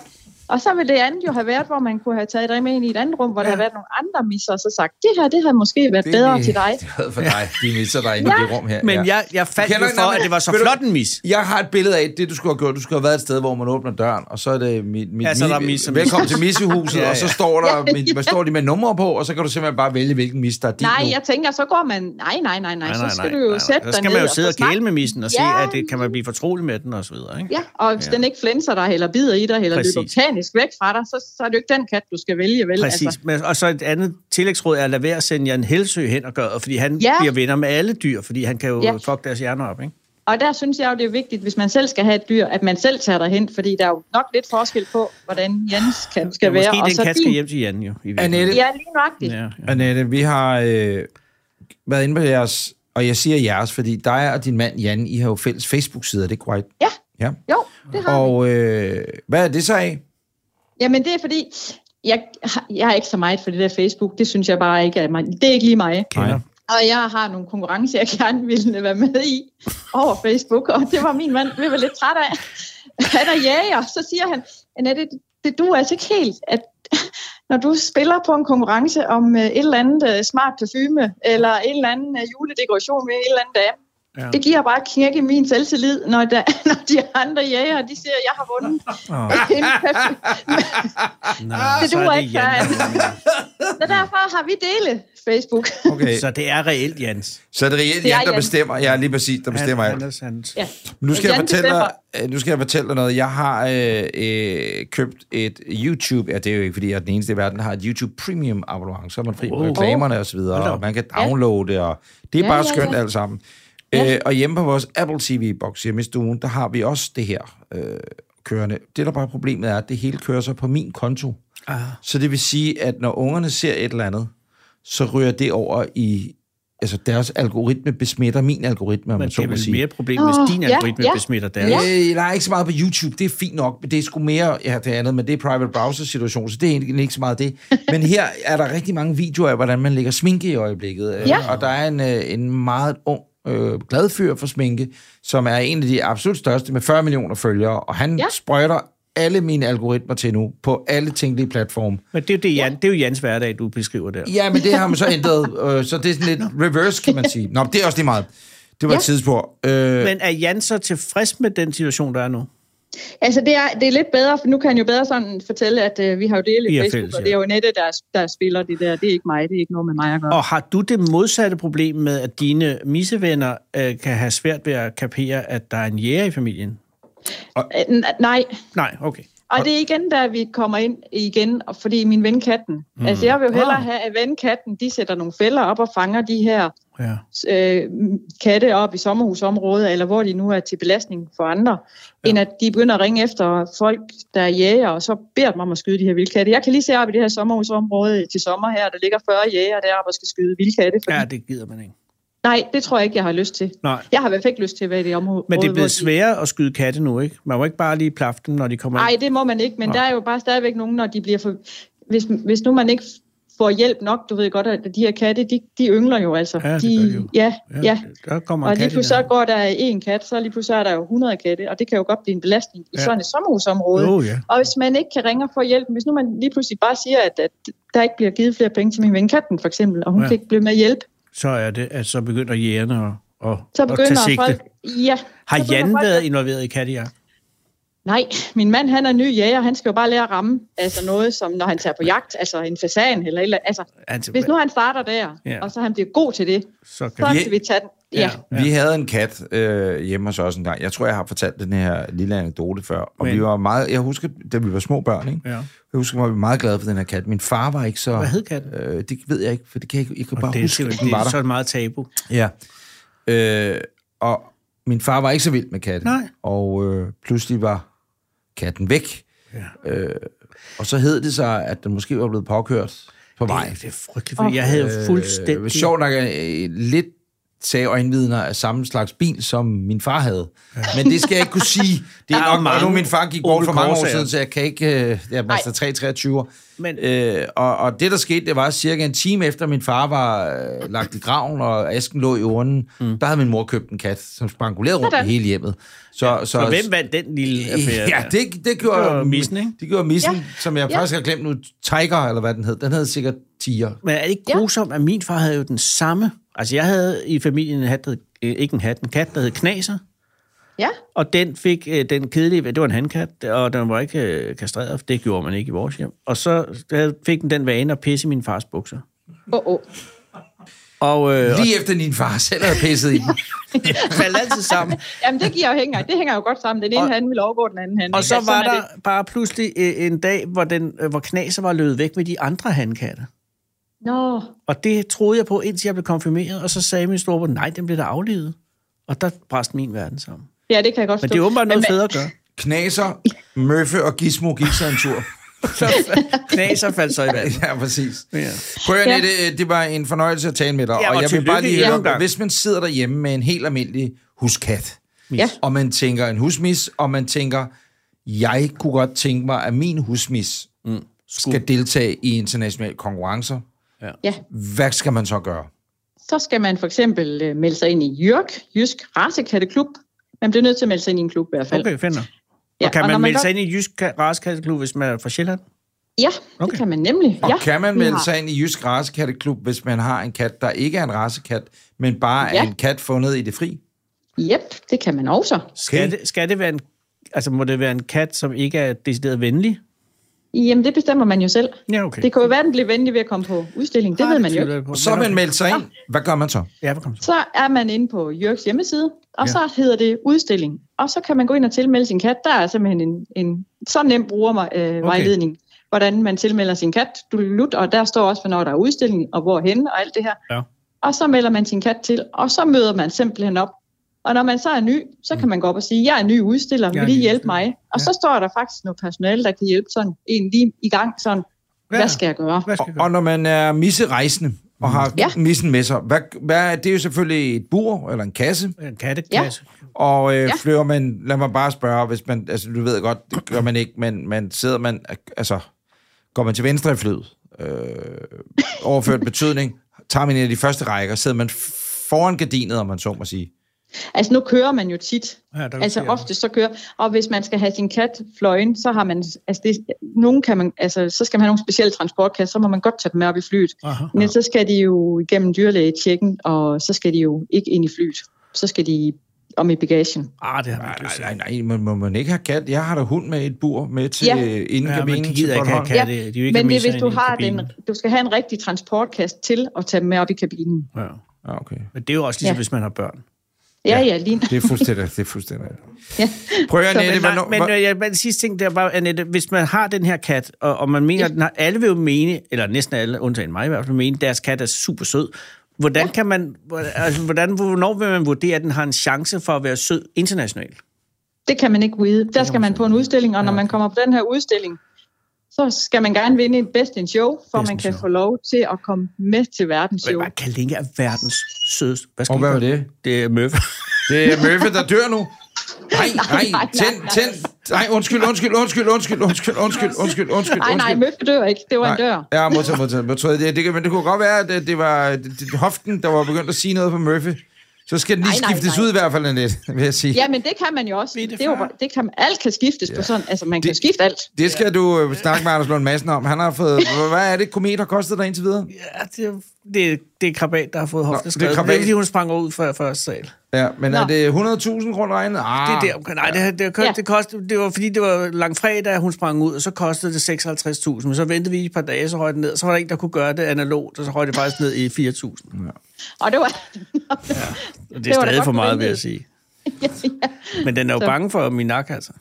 [SPEAKER 6] Og så ville det andet jo have været, hvor man kunne have taget dig med ind i et andet rum, hvor ja. der
[SPEAKER 1] Ja.
[SPEAKER 6] havde været nogle andre misser, og så sagt, det her, det havde måske været
[SPEAKER 2] Det
[SPEAKER 6] det,
[SPEAKER 2] er
[SPEAKER 6] bedre
[SPEAKER 2] lige-
[SPEAKER 6] til dig.
[SPEAKER 2] Det er for dig. De misser dig inde i det rum her.
[SPEAKER 1] Men jeg, jeg
[SPEAKER 2] Du
[SPEAKER 1] faldt
[SPEAKER 2] kender
[SPEAKER 1] jo
[SPEAKER 2] ikke
[SPEAKER 1] for,
[SPEAKER 2] navnet.
[SPEAKER 1] at det var så
[SPEAKER 2] Ved du-
[SPEAKER 1] flot en mis.
[SPEAKER 2] Jeg har et billede af det, du skulle have gjort. Du skulle have været et sted, hvor man åbner døren, og så er det mit, mit
[SPEAKER 1] Ja, så er Altså, der
[SPEAKER 2] mi-
[SPEAKER 1] misse-
[SPEAKER 2] velkommen til missehuset,
[SPEAKER 1] Ja, ja.
[SPEAKER 2] og så står der, mit, hvad står de med numre på, og så kan du simpelthen bare vælge, hvilken mis, der er din
[SPEAKER 6] Nej,
[SPEAKER 2] nu.
[SPEAKER 6] jeg tænker, så går man, nej, nej, nej, nej, så skal du jo sætte
[SPEAKER 1] Så
[SPEAKER 6] dig
[SPEAKER 1] skal
[SPEAKER 6] ned
[SPEAKER 1] man jo sidde og
[SPEAKER 6] så snakke-
[SPEAKER 1] kæle med missen og
[SPEAKER 6] Ja.
[SPEAKER 1] se, at det, kan man blive fortrolig med den og så videre. Ikke?
[SPEAKER 6] Ja, og hvis
[SPEAKER 1] Ja.
[SPEAKER 6] ja. den ikke flænser dig, eller bider i dig, eller løber
[SPEAKER 1] Præcis.
[SPEAKER 6] panisk væk fra dig, så, så er det jo ikke den kat, du skal vælge, vel? Altså,
[SPEAKER 1] Præcis. Men, og så et andet tillægsråd er at lade være at sende Jan Helsø hen og gøre, fordi han
[SPEAKER 6] Ja.
[SPEAKER 1] bliver venner med alle dyr, fordi han kan jo
[SPEAKER 6] Ja.
[SPEAKER 1] fuck deres hjerner op. Ikke?
[SPEAKER 6] Og der synes jeg jo, det er vigtigt, hvis man selv skal have et dyr, at man selv tager derhen, fordi der er jo nok lidt forskel på, hvordan Jens kat skal
[SPEAKER 1] Ja,
[SPEAKER 6] være.
[SPEAKER 1] Måske
[SPEAKER 6] og
[SPEAKER 1] den
[SPEAKER 6] så
[SPEAKER 1] kat
[SPEAKER 6] din.
[SPEAKER 1] skal hjem til Jan jo. I virkeligheden.
[SPEAKER 2] Annette?
[SPEAKER 6] Ja, lige nøjagtigt. Ja.
[SPEAKER 1] Ja, ja.
[SPEAKER 2] Annette, vi har øh, været inde på jeres, og jeg siger jeres, fordi dig og din mand Jan, I har jo fælles Facebook-sider, er det er korrekt.
[SPEAKER 6] Ja.
[SPEAKER 2] ja.
[SPEAKER 6] Jo, det har og...
[SPEAKER 2] Og øh, hvad er det så af?
[SPEAKER 6] Jamen, det er fordi, jeg, har- jeg er ikke så meget for det der Facebook. Det synes jeg bare ikke er mig. Det er ikke lige mig.
[SPEAKER 1] Kender.
[SPEAKER 6] Og jeg har nogle konkurrencer, jeg gerne ville være med i over Facebook, og det var min mand, vi var lidt træt af. Han er jæger, så siger han, Annette, det, det du altså ikke helt, at når du spiller på en konkurrence om øh, et eller andet øh, smart parfume, eller en eller anden øh, juledekoration med en eller anden dame,
[SPEAKER 1] Ja.
[SPEAKER 6] ja. det giver bare knæk i min selvtillid, når, der, når de andre jæger, de siger, jeg har vundet
[SPEAKER 1] Åh.
[SPEAKER 6] en parfume.
[SPEAKER 1] Nå,
[SPEAKER 6] Ah, Det
[SPEAKER 1] så er
[SPEAKER 6] duer
[SPEAKER 1] det
[SPEAKER 6] ikke,
[SPEAKER 1] Jan.
[SPEAKER 6] Så derfor har vi dele Facebook.
[SPEAKER 2] Okay.
[SPEAKER 1] Så det er reelt Jans.
[SPEAKER 2] Så er det reelt
[SPEAKER 6] Det er
[SPEAKER 2] Jan, der
[SPEAKER 6] Jan.
[SPEAKER 2] bestemmer. Ja, lige præcis, der bestemmer alt.
[SPEAKER 1] han, han, han, han,
[SPEAKER 6] Ja.
[SPEAKER 2] Nu skal, jeg
[SPEAKER 6] Jan
[SPEAKER 2] fortælle dig,
[SPEAKER 6] bestemmer.
[SPEAKER 2] øh, nu skal jeg fortælle dig noget. Jeg har øh, øh, købt et YouTube... Ja, det er jo ikke, fordi jeg er den eneste i verden, der har et YouTube Premium abonnement. Så er man fri på
[SPEAKER 1] Oh.
[SPEAKER 2] reklamerne og så videre,
[SPEAKER 1] da
[SPEAKER 2] og
[SPEAKER 1] op.
[SPEAKER 2] man kan downloade det, og det er
[SPEAKER 6] Ja,
[SPEAKER 2] bare
[SPEAKER 6] ja,
[SPEAKER 2] skønt
[SPEAKER 6] ja.
[SPEAKER 2] alt sammen. Øh, og hjemme på vores Apple TV-boks hjemme i stuen, der har vi også det her øh, kørende. Det, der bare er problemet, er, at det hele kører sig på min konto. Ah. Så det vil sige, at når ungerne ser et eller andet, så ryger det over i... Altså, deres algoritme besmitter min algoritme,
[SPEAKER 1] Men
[SPEAKER 2] om man
[SPEAKER 1] det
[SPEAKER 2] så
[SPEAKER 1] er
[SPEAKER 2] må
[SPEAKER 1] vel
[SPEAKER 2] sige.
[SPEAKER 1] mere et problem, hvis
[SPEAKER 6] Åh,
[SPEAKER 1] din
[SPEAKER 6] ja,
[SPEAKER 1] algoritme
[SPEAKER 6] ja.
[SPEAKER 1] besmitter deres.
[SPEAKER 6] Ja.
[SPEAKER 2] Øh, der er ikke så meget på YouTube, det er fint nok, men det er sgu mere ja, det andet, men det er private browser-situation, så det er egentlig ikke så meget det. Men her er der rigtig mange videoer af, hvordan man lægger sminke i øjeblikket, øh,
[SPEAKER 6] Ja.
[SPEAKER 2] og der er en, øh, en meget ung øh, glad fyr for sminke, som er en af de absolut største med 40 millioner følgere, og han ja.
[SPEAKER 6] Ja.
[SPEAKER 2] sprøjter alle mine algoritmer til nu på alle tænkelige platforme.
[SPEAKER 1] Men det er, jo det, Jan, det er jo Jans hverdag, du beskriver der.
[SPEAKER 2] Ja, men det har man så ændret, øh, så det er sådan lidt reverse, kan man sige. Nå, men det er også lige meget. Det var ja.
[SPEAKER 6] Ja.
[SPEAKER 2] et tidsspur. Øh,
[SPEAKER 1] Men er Jan så tilfreds med den situation, der er nu?
[SPEAKER 6] Altså, det er, det er lidt bedre, for nu kan han jo bedre sådan fortælle, at øh, vi har jo delt
[SPEAKER 1] I er
[SPEAKER 6] i Facebook,
[SPEAKER 1] fælles,
[SPEAKER 6] og
[SPEAKER 1] ja.
[SPEAKER 6] det er jo Nette, der, der spiller det der. Det er ikke mig, det er ikke noget med mig at gøre.
[SPEAKER 1] Og har du det modsatte problem med, at dine missevenner øh, kan have svært ved at kapere, at der er en jæger i familien?
[SPEAKER 6] Øh, n- nej,
[SPEAKER 1] Nej, okay.
[SPEAKER 6] og det er igen, da vi kommer ind igen, og fordi min ven katten. Mm. Altså, jeg vil jo hellere
[SPEAKER 1] Ah.
[SPEAKER 6] have, at ven katten, de sætter nogle fælder op og fanger de her
[SPEAKER 1] Ja.
[SPEAKER 6] øh, katte op i sommerhusområder, eller hvor de nu er til belastning for andre, ja. end at de begynder at ringe efter folk, der er jæger, og så beder dem om at skyde de her vildkatte. Jeg kan lige se op i det her sommerhusområde til sommer her, der ligger 40 jæger deroppe og skal skyde vildkatte. Fordi...
[SPEAKER 1] ja,
[SPEAKER 6] Ja.
[SPEAKER 1] det gider man ikke.
[SPEAKER 6] Nej, det tror jeg ikke, jeg har lyst til.
[SPEAKER 1] Nej.
[SPEAKER 6] Jeg har i hvert fald ikke lyst til at være i det område.
[SPEAKER 1] Men det er
[SPEAKER 6] hvor de-
[SPEAKER 1] blevet sværere at skyde katte nu, ikke? Man må ikke bare lige plaffe dem, når de kommer
[SPEAKER 6] Nej,
[SPEAKER 1] ind.
[SPEAKER 6] det må man ikke, men Nej. der er jo bare stadigvæk nogen, når de bliver for... Hvis, hvis nu man ikke får hjælp nok, du ved godt, at de her katte, de, de yngler jo altså.
[SPEAKER 1] Ja, det
[SPEAKER 6] de,
[SPEAKER 1] gør de jo.
[SPEAKER 6] Ja, ja. ja.
[SPEAKER 1] Der kommer en
[SPEAKER 6] Og lige
[SPEAKER 1] kat i
[SPEAKER 6] pludselig så
[SPEAKER 1] nærheden.
[SPEAKER 6] går der en kat, så lige pludselig er der jo 100 katte, og det kan jo godt blive en belastning i
[SPEAKER 1] Ja.
[SPEAKER 6] sådan et sommerhusområde.
[SPEAKER 1] Åh, ja.
[SPEAKER 6] Og hvis man ikke kan ringe og få hjælp, hvis nu man lige pludselig bare siger, at, at der ikke bliver givet flere penge til min ven katten for eksempel, og hun
[SPEAKER 1] Ja.
[SPEAKER 6] ja. fik blive med hjælp,
[SPEAKER 1] så er det, at så begynder jægerne at, at,
[SPEAKER 6] så
[SPEAKER 1] at tage
[SPEAKER 6] begynder
[SPEAKER 1] sigte.
[SPEAKER 6] folk... Ja,
[SPEAKER 1] Har
[SPEAKER 6] så begynder
[SPEAKER 1] Jan
[SPEAKER 6] folk at-
[SPEAKER 1] været involveret i kattejagt?
[SPEAKER 6] Nej, min mand han er ny jæger, han skal jo bare lære at ramme altså noget, som når han tager på jagt, altså en fasan eller et eller andet. altså,
[SPEAKER 1] Altså,
[SPEAKER 6] hvis nu han starter der,
[SPEAKER 1] Ja.
[SPEAKER 6] ja. og så han bliver god til det,
[SPEAKER 1] så kan
[SPEAKER 6] så
[SPEAKER 2] vi-
[SPEAKER 6] skal vi tage den. Ja. ja.
[SPEAKER 2] Ja. Vi havde en kat øh, hjemme hos os en gang. Jeg tror, jeg har fortalt den her lille anekdote før. Og
[SPEAKER 1] Men-
[SPEAKER 2] Men. vi var meget... Jeg husker, da vi var små børn, ikke?
[SPEAKER 1] Ja.
[SPEAKER 2] Jeg husker, at vi var meget glade for den her kat. Min far var ikke så...
[SPEAKER 1] Hvad hed katten?
[SPEAKER 2] Øh, det ved jeg ikke, for det kan jeg ikke... Jeg kan bare
[SPEAKER 1] det, er
[SPEAKER 2] huske,
[SPEAKER 1] simpelthen-
[SPEAKER 2] at den var
[SPEAKER 1] det
[SPEAKER 2] der.
[SPEAKER 1] er så meget tabu.
[SPEAKER 2] Ja. Øh, og min far var ikke så vild med katten.
[SPEAKER 1] Nej.
[SPEAKER 2] Og øh, pludselig var katten væk. Ja. Øh, og så hed det sig, at den måske var blevet påkørt på vej.
[SPEAKER 1] Det, det er frygteligt, for jeg havde jo fuldstændig...
[SPEAKER 2] Øh, sjovt nok, øh, lidt sagde øjenvidner af samme slags bil, som min far havde. Ja. Men det skal jeg ikke kunne sige. Det
[SPEAKER 1] Der er
[SPEAKER 2] er
[SPEAKER 1] jo
[SPEAKER 2] nok meget nu,
[SPEAKER 1] mange
[SPEAKER 2] min far gik bort for
[SPEAKER 1] Opel
[SPEAKER 2] mange år
[SPEAKER 1] Corsa'er.
[SPEAKER 2] siden, så jeg kan ikke... Øh, jeg er Mazda 323.
[SPEAKER 1] Men-
[SPEAKER 2] Øh, og, og det, der skete, det var cirka en time efter, min far var øh, lagt i graven, og asken lå i urnen, mm. der havde min mor købt en kat, som spangulerede rundt
[SPEAKER 6] Sådan.
[SPEAKER 2] i hele hjemmet. Så, så,
[SPEAKER 1] Så hvem vandt den lille affære?
[SPEAKER 2] Ja,
[SPEAKER 1] der?
[SPEAKER 2] det, det gjorde,
[SPEAKER 1] Det var missen, ikke?
[SPEAKER 2] Det gjorde missen, ja.
[SPEAKER 6] Ja.
[SPEAKER 2] som jeg
[SPEAKER 6] Ja.
[SPEAKER 2] faktisk har glemt nu. Tiger, eller hvad den hed. Den hed sikkert Tiger.
[SPEAKER 1] Men er det ikke grusomt, at min far havde jo den samme... Altså, jeg havde i familien en hat, der, hed- øh, ikke en hat, en kat, der hed Knaser.
[SPEAKER 6] ja.
[SPEAKER 1] Og den fik øh, den kedelige... Det var en handkat, og den var ikke øh, kastreret, for det gjorde man ikke i vores hjem. Og så øh, fik den den vane at pisse i min fars bukser.
[SPEAKER 6] Oh, oh.
[SPEAKER 1] Og, øh, og
[SPEAKER 2] Lige efter din far selv havde pisset i den.
[SPEAKER 1] faldt altid sammen.
[SPEAKER 6] Jamen det giver jo hænger, det hænger jo godt sammen. Den ene
[SPEAKER 1] Og-
[SPEAKER 6] og, han vil overgå den anden han.
[SPEAKER 1] Og så
[SPEAKER 6] Sådan
[SPEAKER 1] var
[SPEAKER 6] er
[SPEAKER 1] der
[SPEAKER 6] det.
[SPEAKER 1] bare pludselig øh, en dag, hvor, den, øh, hvor knaser var løbet væk med de andre handkatte.
[SPEAKER 6] Nå,
[SPEAKER 1] Og det troede jeg på, indtil jeg blev konfirmeret, og så sagde min storebror, nej, den blev der aflevet. Og der brændte min verden sammen.
[SPEAKER 6] ja, det kan jeg godt
[SPEAKER 1] Men
[SPEAKER 6] forstå.
[SPEAKER 1] det er åbenbart noget
[SPEAKER 6] Men-
[SPEAKER 1] federe at gøre.
[SPEAKER 2] Knaser, Møffe og Gizmo gik så en tur.
[SPEAKER 1] Så knaser faldt så i vandet.
[SPEAKER 2] Ja, præcis.
[SPEAKER 1] Ja.
[SPEAKER 2] Prøv at
[SPEAKER 6] Ja.
[SPEAKER 2] ja. det, det var en fornøjelse at tale med dig.
[SPEAKER 1] Ja,
[SPEAKER 2] og
[SPEAKER 1] og
[SPEAKER 2] jeg vil
[SPEAKER 1] tillykke
[SPEAKER 2] bare lige
[SPEAKER 1] endnu
[SPEAKER 2] høre,
[SPEAKER 1] en gang.
[SPEAKER 2] hvis man sidder derhjemme med en helt almindelig huskat,
[SPEAKER 6] Ja.
[SPEAKER 2] og man tænker en husmis, og man tænker, jeg kunne godt tænke mig, at min husmis mm. skal deltage i internationale konkurrencer.
[SPEAKER 6] Ja,
[SPEAKER 2] Hvad skal man så gøre?
[SPEAKER 6] så skal man for eksempel øh, melde sig ind i Jørg, Jysk Racekatteklub. Man bliver nødt til at melde sig ind i en klub i hvert fald.
[SPEAKER 1] Okay, finder.
[SPEAKER 6] Ja,
[SPEAKER 1] Og kan
[SPEAKER 6] og når
[SPEAKER 1] man
[SPEAKER 6] man
[SPEAKER 1] melde
[SPEAKER 6] godt-
[SPEAKER 1] sig ind i Jysk Raskatteklub, hvis man er fra Sjælland?
[SPEAKER 6] Ja,
[SPEAKER 1] Okay.
[SPEAKER 6] det kan man nemlig.
[SPEAKER 2] Og
[SPEAKER 6] ja,
[SPEAKER 2] kan man
[SPEAKER 6] vi
[SPEAKER 2] melde
[SPEAKER 6] har-
[SPEAKER 2] sig ind i Jysk Racekatteklub, hvis man har en kat, der ikke er en racekat, men bare ja. er
[SPEAKER 6] Ja.
[SPEAKER 2] en kat fundet i det fri?
[SPEAKER 6] Jep, det kan man også.
[SPEAKER 1] Skal, det, skal det være en... Altså, må det være en kat, som ikke er decideret venlig?
[SPEAKER 6] Jamen, det bestemmer man jo selv.
[SPEAKER 1] Ja, okay.
[SPEAKER 6] Det kunne jo være, den blev venlig ved at komme på udstilling. Det
[SPEAKER 1] Ah,
[SPEAKER 6] ved man jo
[SPEAKER 1] tvivler
[SPEAKER 6] ikke.
[SPEAKER 1] jeg på.
[SPEAKER 2] Og så er man meldt sig ind. Hvad gør man så?
[SPEAKER 1] Ja, hvor kom det?
[SPEAKER 6] Så er man inde på Jørgs hjemmeside, og så hedder det udstilling. Og så kan man gå ind og tilmelde sin kat. Der er simpelthen en, en så nem brugervejledning, øh, okay. hvordan man tilmelder sin kat. Du lut, og der står også, hvornår der er udstilling, og hvorhen, og alt det her.
[SPEAKER 1] Ja.
[SPEAKER 6] Og så melder man sin kat til, og så møder man simpelthen op. Og når man så er ny, så kan man gå op og sige, jeg er ny udstiller,
[SPEAKER 1] Mm. Jeg er
[SPEAKER 6] vil I
[SPEAKER 1] ny
[SPEAKER 6] hjælpe
[SPEAKER 1] udstiller."
[SPEAKER 6] mig?
[SPEAKER 1] Ja.
[SPEAKER 6] Og ja. så står der faktisk noget personale, der kan hjælpe sådan en lige i gang, sådan,
[SPEAKER 1] Ja.
[SPEAKER 6] hvad skal jeg gøre?
[SPEAKER 1] Hvad skal
[SPEAKER 2] Og,
[SPEAKER 1] jeg
[SPEAKER 2] og når man er misserejsende og har ja.
[SPEAKER 6] Ja.
[SPEAKER 2] missen med sig, hvad, hvad, er- det er jo selvfølgelig et bur eller en kasse,
[SPEAKER 1] gøre? En katteklasse?
[SPEAKER 2] og øh, ja. flyver man, lad mig bare spørge, hvis man, altså du ved godt, det gør man ikke, men man sidder man, altså går man til venstre i flyet, øh, overført betydning, tager man en af de første rækker, sidder man foran gardinet, om man så må sige.
[SPEAKER 6] Altså nu kører man jo tit.
[SPEAKER 1] Ja, der kan
[SPEAKER 6] Altså
[SPEAKER 1] se, at-
[SPEAKER 6] ofte så kører, og hvis man skal have sin kat fløjen, så har man, altså det, nogen kan man, altså så skal man have nogle specielle transportkasser, så må man godt tage dem med op i flyet.
[SPEAKER 1] Aha.
[SPEAKER 6] Men så skal de jo igennem dyrlægetjekken, og så skal de jo ikke ind i flyet. Så skal de om i bagagen.
[SPEAKER 1] Ah, det har man
[SPEAKER 2] Nej,
[SPEAKER 1] ikke lyst til.
[SPEAKER 2] nej, nej, man må man ikke have kat. Jeg har da hund med et bur med til
[SPEAKER 6] Ja.
[SPEAKER 2] ja. inden
[SPEAKER 1] Ja, men
[SPEAKER 2] kabinen
[SPEAKER 1] de
[SPEAKER 2] til
[SPEAKER 1] gider ikke have
[SPEAKER 2] Bornholm.
[SPEAKER 1] katte. De er jo ikke
[SPEAKER 6] Men det er,
[SPEAKER 1] misser
[SPEAKER 6] hvis du
[SPEAKER 1] ind i
[SPEAKER 6] har
[SPEAKER 1] kabinen.
[SPEAKER 6] den, du skal have en rigtig transportkast til at tage dem med op i kabinen.
[SPEAKER 1] Ja.
[SPEAKER 2] Ah, okay.
[SPEAKER 1] Men det er jo også ligesom,
[SPEAKER 6] Ja.
[SPEAKER 1] hvis man har børn.
[SPEAKER 6] Ja, ja, lige
[SPEAKER 2] Det er fuldstændig, det er fuldstændig.
[SPEAKER 6] ja.
[SPEAKER 2] Prøv at
[SPEAKER 6] Så,
[SPEAKER 2] Annette,
[SPEAKER 1] Men, nej,
[SPEAKER 2] hvornår...
[SPEAKER 1] men
[SPEAKER 2] hvor-
[SPEAKER 1] øh, jeg, men sidste ting, der var, Annette, hvis man har den her kat, og, og man mener, at den har, alle vil jo mene, eller næsten alle, undtagen mig i hvert fald, mene, at deres kat er super sød. Hvordan kan man, hvor- altså, hvordan, hvornår vil man vurdere, at den har en chance for at være sød internationalt?
[SPEAKER 6] Det kan man ikke vide. Der skal man på en udstilling, og når man kommer på den her udstilling, så skal man gerne vinde en bedst in show, for
[SPEAKER 1] Best in
[SPEAKER 6] man kan
[SPEAKER 1] show.
[SPEAKER 6] få lov til at komme med til verdens show.
[SPEAKER 1] Hvad kan linke er verdens sødeste? Hvad, skal
[SPEAKER 2] Og
[SPEAKER 1] vi
[SPEAKER 2] hvad var
[SPEAKER 1] gøre?
[SPEAKER 2] det?
[SPEAKER 1] Det er Møf.
[SPEAKER 2] Det er Møffe, der dør nu. Nej, nej,
[SPEAKER 6] nej,
[SPEAKER 2] tænd,
[SPEAKER 6] nej.
[SPEAKER 2] tænd. Nej, undskyld, undskyld, undskyld, undskyld, undskyld, undskyld, undskyld, undskyld.
[SPEAKER 6] Nej, nej,
[SPEAKER 2] undskyld.
[SPEAKER 6] Møffe dør ikke. Det var en dør.
[SPEAKER 2] Nej, ja, modtaget, modtaget, modtaget. Det, det, kan- men det kunne godt være, at det, det var det, det, hoften, der var begyndt at sige noget på Murphy. Så skal den lige
[SPEAKER 6] Nej, nej,
[SPEAKER 2] skiftes
[SPEAKER 6] nej.
[SPEAKER 2] ud i hvert fald, Annette, vil jeg sige.
[SPEAKER 6] Ja, men det kan man jo også.
[SPEAKER 1] Bitte
[SPEAKER 6] Det, er jo,
[SPEAKER 1] far.
[SPEAKER 6] det kan, alt kan skiftes på sådan. Altså, man kan
[SPEAKER 2] Det-
[SPEAKER 6] skifte alt.
[SPEAKER 2] Det skal du øh, snakke med Anders Lund Madsen om. Han har fået... Hvad er det, komet har kostet dig indtil videre?
[SPEAKER 1] Ja, det, er- det, er- det er Krabat, der har fået hoften
[SPEAKER 2] det er
[SPEAKER 1] skrevet. Det er
[SPEAKER 2] Krabat.
[SPEAKER 1] fordi, hun sprang ud fra første sal.
[SPEAKER 2] Ja, men Nå.
[SPEAKER 6] Nå.
[SPEAKER 2] er det 100.000 kroner regnet?
[SPEAKER 1] Det
[SPEAKER 2] Ah,
[SPEAKER 1] er der, omkring- nej, det, det, det,
[SPEAKER 6] Ja.
[SPEAKER 1] det, kostede, det var fordi, det var langfredag, hun sprang ud, og så kostede det 56.000, men så ventede vi et par dage, så røg det ned, så var der en, der kunne gøre det analogt, og så røg det faktisk ned i
[SPEAKER 2] Mm.
[SPEAKER 1] 4.000.
[SPEAKER 6] Og det var...
[SPEAKER 1] Og det
[SPEAKER 6] Det
[SPEAKER 1] er
[SPEAKER 6] var da
[SPEAKER 1] stadig
[SPEAKER 6] godt,
[SPEAKER 1] for
[SPEAKER 6] du
[SPEAKER 1] meget, vil
[SPEAKER 6] ventede.
[SPEAKER 1] jeg sige.
[SPEAKER 6] ja, ja.
[SPEAKER 1] Men den er jo
[SPEAKER 6] Så-
[SPEAKER 1] bange for minak, altså.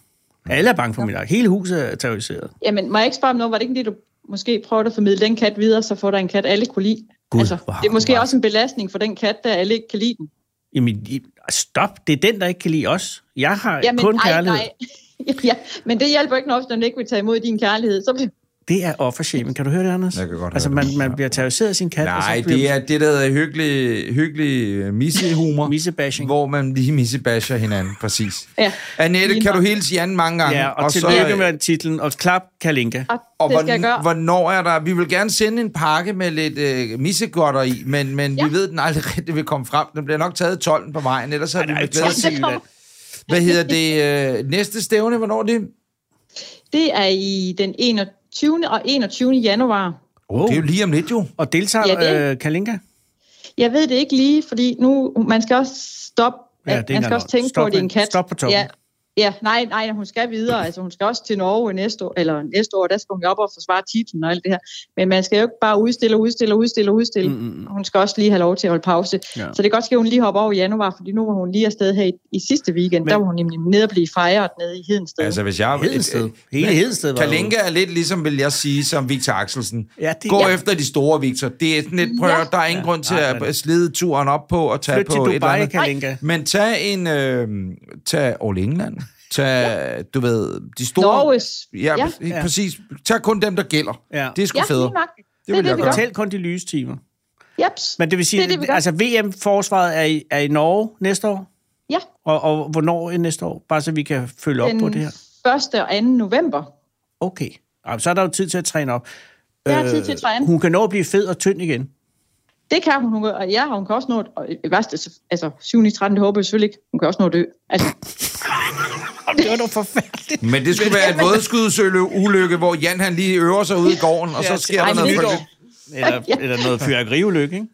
[SPEAKER 1] Alle er bange for minak. Hele huset er terroriseret.
[SPEAKER 6] Jamen, må jeg ikke spørge om noget? Var det ikke det, du måske prøvede at formidle den kat videre, så får der en kat, alle kunne lide?
[SPEAKER 1] Gud,
[SPEAKER 6] altså,
[SPEAKER 1] hvor har
[SPEAKER 6] det er
[SPEAKER 1] du
[SPEAKER 6] måske
[SPEAKER 1] ret.
[SPEAKER 6] også en belastning for den kat, der alle ikke kan lide den.
[SPEAKER 1] Jamen, I- stop. Det er den, der ikke kan lide os. Jeg har
[SPEAKER 6] Jamen,
[SPEAKER 1] kun kærlighed.
[SPEAKER 6] nej. ja, men det hjælper ikke noget, når den ikke vil tage imod din kærlighed. Så bliver
[SPEAKER 1] Det er offershaming. Kan du høre det, Anders?
[SPEAKER 2] Jeg kan godt
[SPEAKER 1] altså,
[SPEAKER 2] høre
[SPEAKER 1] man,
[SPEAKER 2] det.
[SPEAKER 1] man bliver terroriseret af sin kat. og så
[SPEAKER 2] Nej,
[SPEAKER 1] bliver
[SPEAKER 2] det er det, der hedder hyggelig, hyggelig øh, missehumor.
[SPEAKER 1] Missebashing.
[SPEAKER 2] Hvor man lige missebasher hinanden, præcis.
[SPEAKER 6] Ja.
[SPEAKER 2] Annette,
[SPEAKER 6] Lige
[SPEAKER 2] kan du
[SPEAKER 6] nok.
[SPEAKER 2] hilse Jan mange gange?
[SPEAKER 1] Ja, og, og
[SPEAKER 2] så,
[SPEAKER 1] tillykke med titlen. Og klap, Kalinka.
[SPEAKER 6] og,
[SPEAKER 2] og
[SPEAKER 6] det skal jeg
[SPEAKER 2] hvor,
[SPEAKER 6] gøre.
[SPEAKER 2] hvornår er der... Vi vil gerne sende en pakke med lidt øh, missegodter i, men, men ja.
[SPEAKER 6] Ja.
[SPEAKER 2] vi ved, den aldrig rigtig vil komme frem. Den bliver nok taget 12 på vejen, ellers har vi
[SPEAKER 1] der er
[SPEAKER 2] med
[SPEAKER 1] ikke
[SPEAKER 2] glæde.
[SPEAKER 1] tolv.
[SPEAKER 2] set- Hvad hedder det? Øh, næste stævne, hvornår er det?
[SPEAKER 6] Det er i den 21. og 21. januar.
[SPEAKER 1] Oh.
[SPEAKER 2] Det er jo lige om lidt, jo.
[SPEAKER 1] Og deltager
[SPEAKER 6] Ja,
[SPEAKER 1] ja,
[SPEAKER 6] det-
[SPEAKER 1] øh, Kalinka?
[SPEAKER 6] Jeg ved det ikke lige, fordi nu, man skal også stoppe,
[SPEAKER 1] Ja, det er ikke
[SPEAKER 6] ja, man skal
[SPEAKER 1] engang
[SPEAKER 6] også tænke
[SPEAKER 1] stop
[SPEAKER 6] på, at det er
[SPEAKER 1] med-
[SPEAKER 6] en kat.
[SPEAKER 1] stop på toppen.
[SPEAKER 6] Ja, ja, nej, nej, hun skal videre, altså hun skal også til Norge næste år, eller næste år, der skal hun jo op og forsvare titlen og alt det her. Men man skal jo ikke bare udstille, og udstille, og udstille, og udstille. Mm-hmm. Hun skal også lige have lov til at holde pause.
[SPEAKER 1] Mm, Ja.
[SPEAKER 6] Ja. Så det kan godt ske, at hun lige hopper over i januar, fordi nu var hun lige afsted her i, i sidste weekend.
[SPEAKER 1] Men-
[SPEAKER 6] Men, der var hun nemlig nede og blive fejret nede i Hedensted.
[SPEAKER 2] Altså, hvis jeg...
[SPEAKER 1] Hedensted. Hele Hedensted var
[SPEAKER 2] Kalinka er lidt ligesom, vil jeg sige, som Victor Axelsen.
[SPEAKER 1] Ja, det-
[SPEAKER 2] Gå
[SPEAKER 1] ja.
[SPEAKER 2] efter de store, Victor. Det er sådan lidt, prøv
[SPEAKER 6] Ja.
[SPEAKER 2] ja. der er ingen ja, grund til
[SPEAKER 1] nej,
[SPEAKER 2] at
[SPEAKER 1] men-
[SPEAKER 2] slide turen op på og tage
[SPEAKER 1] Flyt
[SPEAKER 2] på
[SPEAKER 1] til
[SPEAKER 2] et eller
[SPEAKER 1] Dubai,
[SPEAKER 2] andet.
[SPEAKER 1] Kalinka.
[SPEAKER 2] Men tag en... Øh, tag All England. Tag, ja. du ved, de store...
[SPEAKER 6] Norges.
[SPEAKER 2] Ja, ja.
[SPEAKER 6] Ja.
[SPEAKER 2] Helt
[SPEAKER 1] Ja.
[SPEAKER 2] præcis. Tag kun dem, der gælder.
[SPEAKER 1] Ja.
[SPEAKER 2] Det er sgu
[SPEAKER 6] ja,
[SPEAKER 2] federe.
[SPEAKER 6] lige nok. Det,
[SPEAKER 2] vil
[SPEAKER 6] er
[SPEAKER 2] jeg
[SPEAKER 6] det, vi
[SPEAKER 2] gøre.
[SPEAKER 6] gør.
[SPEAKER 1] Tæl kun de lyse timer.
[SPEAKER 6] Jeps.
[SPEAKER 1] Men det vil sige,
[SPEAKER 6] Det er det, vi gør.
[SPEAKER 1] altså VM-forsvaret er i, er i Norge næste år?
[SPEAKER 6] Ja,
[SPEAKER 1] Og, og hvornår er næste år? Bare så vi kan følge op på det
[SPEAKER 6] den
[SPEAKER 1] her.
[SPEAKER 6] 1. og 2. november.
[SPEAKER 1] Okay. Jamen, så er der jo tid til at træne op. Øh,
[SPEAKER 6] Der er tid til at træne.
[SPEAKER 1] Hun kan nå at blive fed og tynd igen.
[SPEAKER 6] Det kan hun, hun kan- og ja, hun kan også nå, et- og i værste, altså 7. 13. det håber jeg selvfølgelig ikke, hun kan også nå at dø. Altså,
[SPEAKER 1] Jamen, det var da forfærdeligt.
[SPEAKER 2] Men det skulle være en vådskudsulykke, hvor Jan han lige øver sig ude i gården, og så sker
[SPEAKER 1] Ej,
[SPEAKER 2] der
[SPEAKER 1] men
[SPEAKER 2] noget
[SPEAKER 1] nytår.
[SPEAKER 2] frygteligt.
[SPEAKER 1] Eller,
[SPEAKER 6] Ja.
[SPEAKER 1] eller noget fyrværkeriulykke, ikke?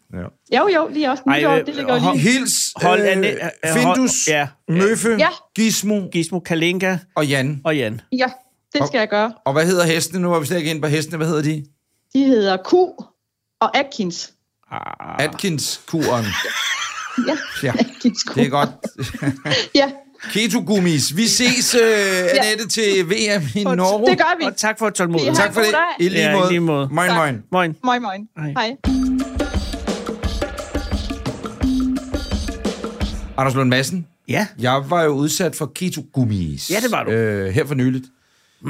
[SPEAKER 6] jo jo, lige også
[SPEAKER 1] Ej,
[SPEAKER 6] nytår,
[SPEAKER 1] øh,
[SPEAKER 6] det ligger jo
[SPEAKER 1] hold-
[SPEAKER 6] lige.
[SPEAKER 2] Hils,
[SPEAKER 1] Hold
[SPEAKER 2] øh,
[SPEAKER 1] Anne- øh, øh,
[SPEAKER 2] Findus,
[SPEAKER 1] hold- ja.
[SPEAKER 2] Møffe,
[SPEAKER 6] Ja.
[SPEAKER 2] Gizmo
[SPEAKER 1] Gizmo, Kalinka
[SPEAKER 2] og Jan.
[SPEAKER 1] og Jan.
[SPEAKER 6] Ja, det skal jeg gøre.
[SPEAKER 2] Og hvad hedder hestene? Nu er vi slet ikke inde på hestene. Hvad hedder de?
[SPEAKER 6] De hedder Q og Atkins.
[SPEAKER 1] Ah,
[SPEAKER 2] Atkins-kuren.
[SPEAKER 6] Ja,
[SPEAKER 2] Ja,
[SPEAKER 6] Atkins Q.
[SPEAKER 2] det er godt.
[SPEAKER 6] Ja,
[SPEAKER 2] Keto-gummis. Vi ses, øh, Annette, til VM i Norge.
[SPEAKER 6] det gør vi.
[SPEAKER 1] og tak for tålmodigheden.
[SPEAKER 6] Vi har-
[SPEAKER 2] Tak for det.
[SPEAKER 6] God dag.
[SPEAKER 2] I lige
[SPEAKER 1] Ja, i
[SPEAKER 2] måde.
[SPEAKER 1] lige måde.
[SPEAKER 2] Moin,
[SPEAKER 6] Tak.
[SPEAKER 2] moin.
[SPEAKER 1] Moin.
[SPEAKER 6] Moin, moin.
[SPEAKER 1] Hej.
[SPEAKER 6] Hej.
[SPEAKER 2] Anders Lund Madsen,
[SPEAKER 1] Ja.
[SPEAKER 2] jeg var jo udsat for ketogummis.
[SPEAKER 1] Ja, det var du.
[SPEAKER 2] Øh, her for nyligt.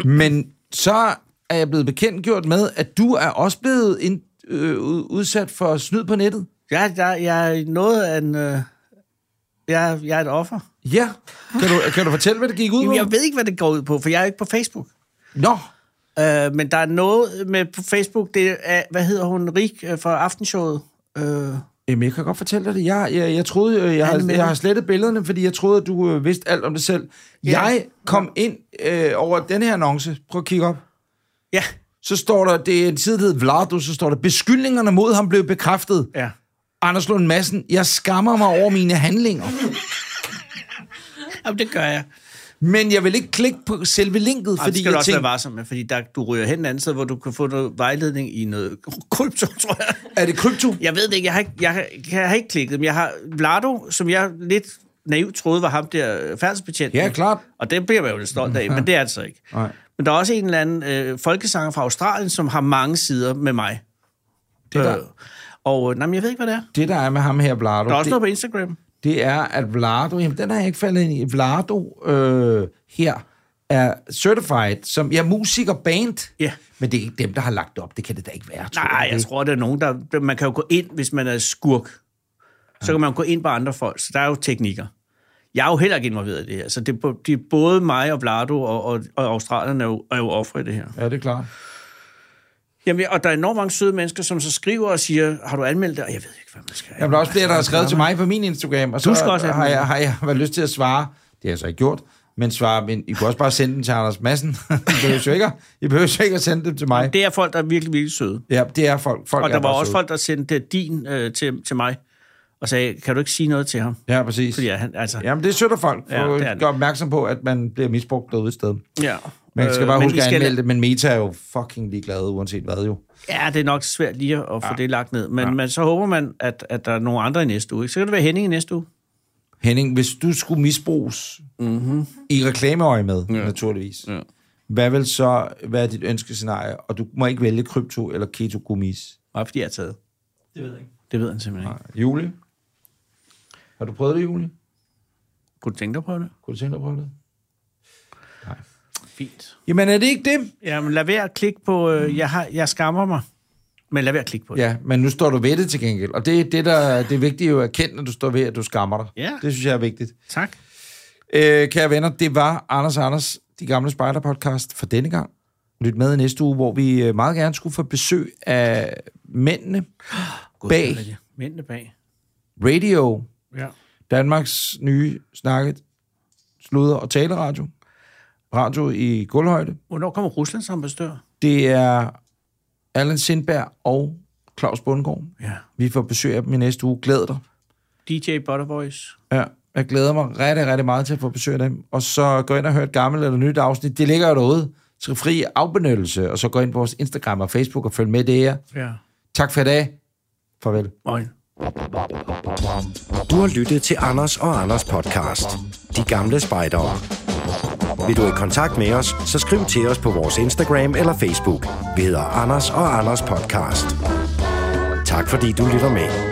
[SPEAKER 2] Men så er jeg blevet bekendtgjort med, at du er også blevet ind, øh, ud- udsat for snyd på nettet.
[SPEAKER 1] Jeg, jeg, jeg er noget af en... Øh, jeg, jeg er et offer.
[SPEAKER 2] Ja. Kan du, kan du fortælle, hvad det gik ud
[SPEAKER 1] Jamen, jeg
[SPEAKER 2] på?
[SPEAKER 1] ved ikke, hvad det går ud på, for jeg er jo ikke på Facebook.
[SPEAKER 2] Nå,
[SPEAKER 1] Øh, men der er noget med på Facebook, det er, hvad hedder hun, Rik øh, fra Aftenshowet? Øh,
[SPEAKER 2] Jamen, jeg kan godt fortælle dig det. Jeg, jeg, jeg troede, øh, jeg, har,
[SPEAKER 1] Anmeldelse.
[SPEAKER 2] jeg har slettet billederne, fordi jeg troede, at du øh, vidste alt om det selv. Jeg kom ind øh, over den her annonce. Prøv at kigge op.
[SPEAKER 1] Ja.
[SPEAKER 2] Så står der, det er en side, der hedder Vlado, så står der, beskyldningerne mod ham blev bekræftet.
[SPEAKER 1] Ja.
[SPEAKER 2] Anders Lund Madsen, jeg skammer mig over mine handlinger.
[SPEAKER 1] Jamen, det gør jeg.
[SPEAKER 2] Men jeg vil ikke klikke på selve linket,
[SPEAKER 1] Fordi det
[SPEAKER 2] fordi
[SPEAKER 1] skal du
[SPEAKER 2] jeg
[SPEAKER 1] også være
[SPEAKER 2] tænkte,
[SPEAKER 1] varsom med, fordi der, du ryger hen et andet sted, hvor du kan få noget vejledning i noget krypto, tror jeg.
[SPEAKER 2] er det krypto?
[SPEAKER 1] Jeg ved det ikke, jeg har ikke, jeg har, jeg har ikke klikket, men jeg har Vlado, som jeg lidt naivt troede var ham der færdsbetjent.
[SPEAKER 2] Ja, klart.
[SPEAKER 1] Og det bliver man jo lidt stolt af, men det er det så ikke.
[SPEAKER 2] Nej.
[SPEAKER 1] Men der er også en eller anden øh, folkesanger fra Australien, som har mange sider med mig.
[SPEAKER 2] Det er der.
[SPEAKER 1] og øh, nej, men jeg ved ikke, hvad det er.
[SPEAKER 2] Det, der er med ham her, Vlado,
[SPEAKER 1] Der er også
[SPEAKER 2] det,
[SPEAKER 1] noget på Instagram.
[SPEAKER 2] det er, at Vlado, jamen, den er jeg ikke faldet ind i. Vlado øh, her er certified som, ja, musikerband.
[SPEAKER 1] Ja.
[SPEAKER 2] Men det er ikke dem, der har lagt det op. Det kan det da ikke være, tror
[SPEAKER 1] Nej, jeg
[SPEAKER 2] det.
[SPEAKER 1] tror, der er nogen, der... Man kan jo gå ind, hvis man er skurk. Så kan man jo gå ind på andre folk. Så der er jo teknikker. Jeg er jo heller ikke involveret i det her. Så det, er bo- det er både mig og Vlado og, og, og Australierne er jo, er jo ofre i det her.
[SPEAKER 2] Ja, det er klart.
[SPEAKER 1] Jamen, og der er enormt mange søde mennesker, som så skriver og siger, har du anmeldt det? Og jeg ved ikke, hvad man skal.
[SPEAKER 2] Jamen, der er også flere, der har skrevet til mig på min Instagram, og så
[SPEAKER 1] Du skal også have
[SPEAKER 2] har,
[SPEAKER 1] den.
[SPEAKER 2] jeg, har jeg været lyst til at svare. Det har jeg så ikke gjort. Men svare, men I kunne også bare sende den til Anders Madsen. I behøver jo ikke, at- I behøver jo ikke at sende dem til mig.
[SPEAKER 1] Det er folk, der er virkelig, virkelig søde.
[SPEAKER 2] Ja, det er folk. folk
[SPEAKER 1] Og
[SPEAKER 2] er
[SPEAKER 1] der var
[SPEAKER 2] bare
[SPEAKER 1] også
[SPEAKER 2] søde.
[SPEAKER 1] folk, der sendte din øh, til, til mig og sagde, kan du ikke sige noget til ham?
[SPEAKER 2] Ja, præcis.
[SPEAKER 1] Fordi han, altså, ja.
[SPEAKER 2] Jamen, det er sødt af folk, for
[SPEAKER 1] Ja, det er
[SPEAKER 2] ja, at
[SPEAKER 1] det.
[SPEAKER 2] gøre opmærksom på, at man bliver misbrugt derude i stedet.
[SPEAKER 1] ja.
[SPEAKER 2] Man skal
[SPEAKER 1] Øh,
[SPEAKER 2] bare
[SPEAKER 1] men
[SPEAKER 2] huske
[SPEAKER 1] I
[SPEAKER 2] at
[SPEAKER 1] skal-
[SPEAKER 2] anmelde det, men Meta er jo fucking ligeglad, uanset hvad jo.
[SPEAKER 1] Ja, det er nok svært lige at få ja. det lagt ned. Men, ja. men så håber man, at, at der er nogle andre i næste uge. Ikke? Så kan det være Henning i næste uge.
[SPEAKER 2] Henning, hvis du skulle misbruges
[SPEAKER 1] Mhm.
[SPEAKER 2] mm-hmm. i reklameøje med, ja. naturligvis, ja. hvad vil så være dit ønskescenarie? Og du må ikke vælge krypto eller keto gummis.
[SPEAKER 1] Nej, fordi jeg er taget. Det ved jeg ikke. Det ved han simpelthen ikke.
[SPEAKER 2] Julie? Har du prøvet det, Julie?
[SPEAKER 1] Kunne du tænke dig på det?
[SPEAKER 2] Kunne du tænke dig at prøve det?
[SPEAKER 1] Fint.
[SPEAKER 2] Jamen, er det ikke det?
[SPEAKER 1] Jamen, lad være at klikke på, øh, jeg, har, jeg skammer mig. Men lad være at klikke på det.
[SPEAKER 2] Ja, men nu står du ved det til gengæld. Og det, er det, der, det er vigtigt jo at erkende, når du står ved, at du skammer dig.
[SPEAKER 1] Ja.
[SPEAKER 2] Det synes jeg er vigtigt.
[SPEAKER 1] Tak.
[SPEAKER 2] Øh, kære venner, det var Anders og Anders, de gamle Spejder-podcast for denne gang. Lyt med i næste uge, hvor vi øh, meget gerne skulle få besøg af mændene
[SPEAKER 1] God,
[SPEAKER 2] Bag.
[SPEAKER 1] Mændene bag.
[SPEAKER 2] Radio,
[SPEAKER 1] Ja.
[SPEAKER 2] Danmarks nye snakket, sluder og taleradio. Radio i guldhøjde.
[SPEAKER 1] Hvornår kommer Ruslands ambassadør?
[SPEAKER 2] Det er Allan Sindberg og Claus Bundgaard.
[SPEAKER 1] Ja.
[SPEAKER 2] Vi får besøg af dem i næste uge. Glæd dig.
[SPEAKER 1] DJ Buttervoice.
[SPEAKER 2] Ja, jeg glæder mig rigtig, rigtig meget til at få besøg af dem. Og så gå ind og hør et gammelt eller nyt afsnit. Det ligger jo derude til fri afbenyttelse. Og så gå ind på vores Instagram og Facebook og følg med det her.
[SPEAKER 1] Ja.
[SPEAKER 2] Tak for i dag. Farvel.
[SPEAKER 1] Moin.
[SPEAKER 4] Du har lyttet til Anders og Anders podcast. De gamle spejdere. Vil du i kontakt med os, så skriv til os på vores Instagram eller Facebook. Vi hedder Anders og Anders podcast. Tak fordi du lytter med.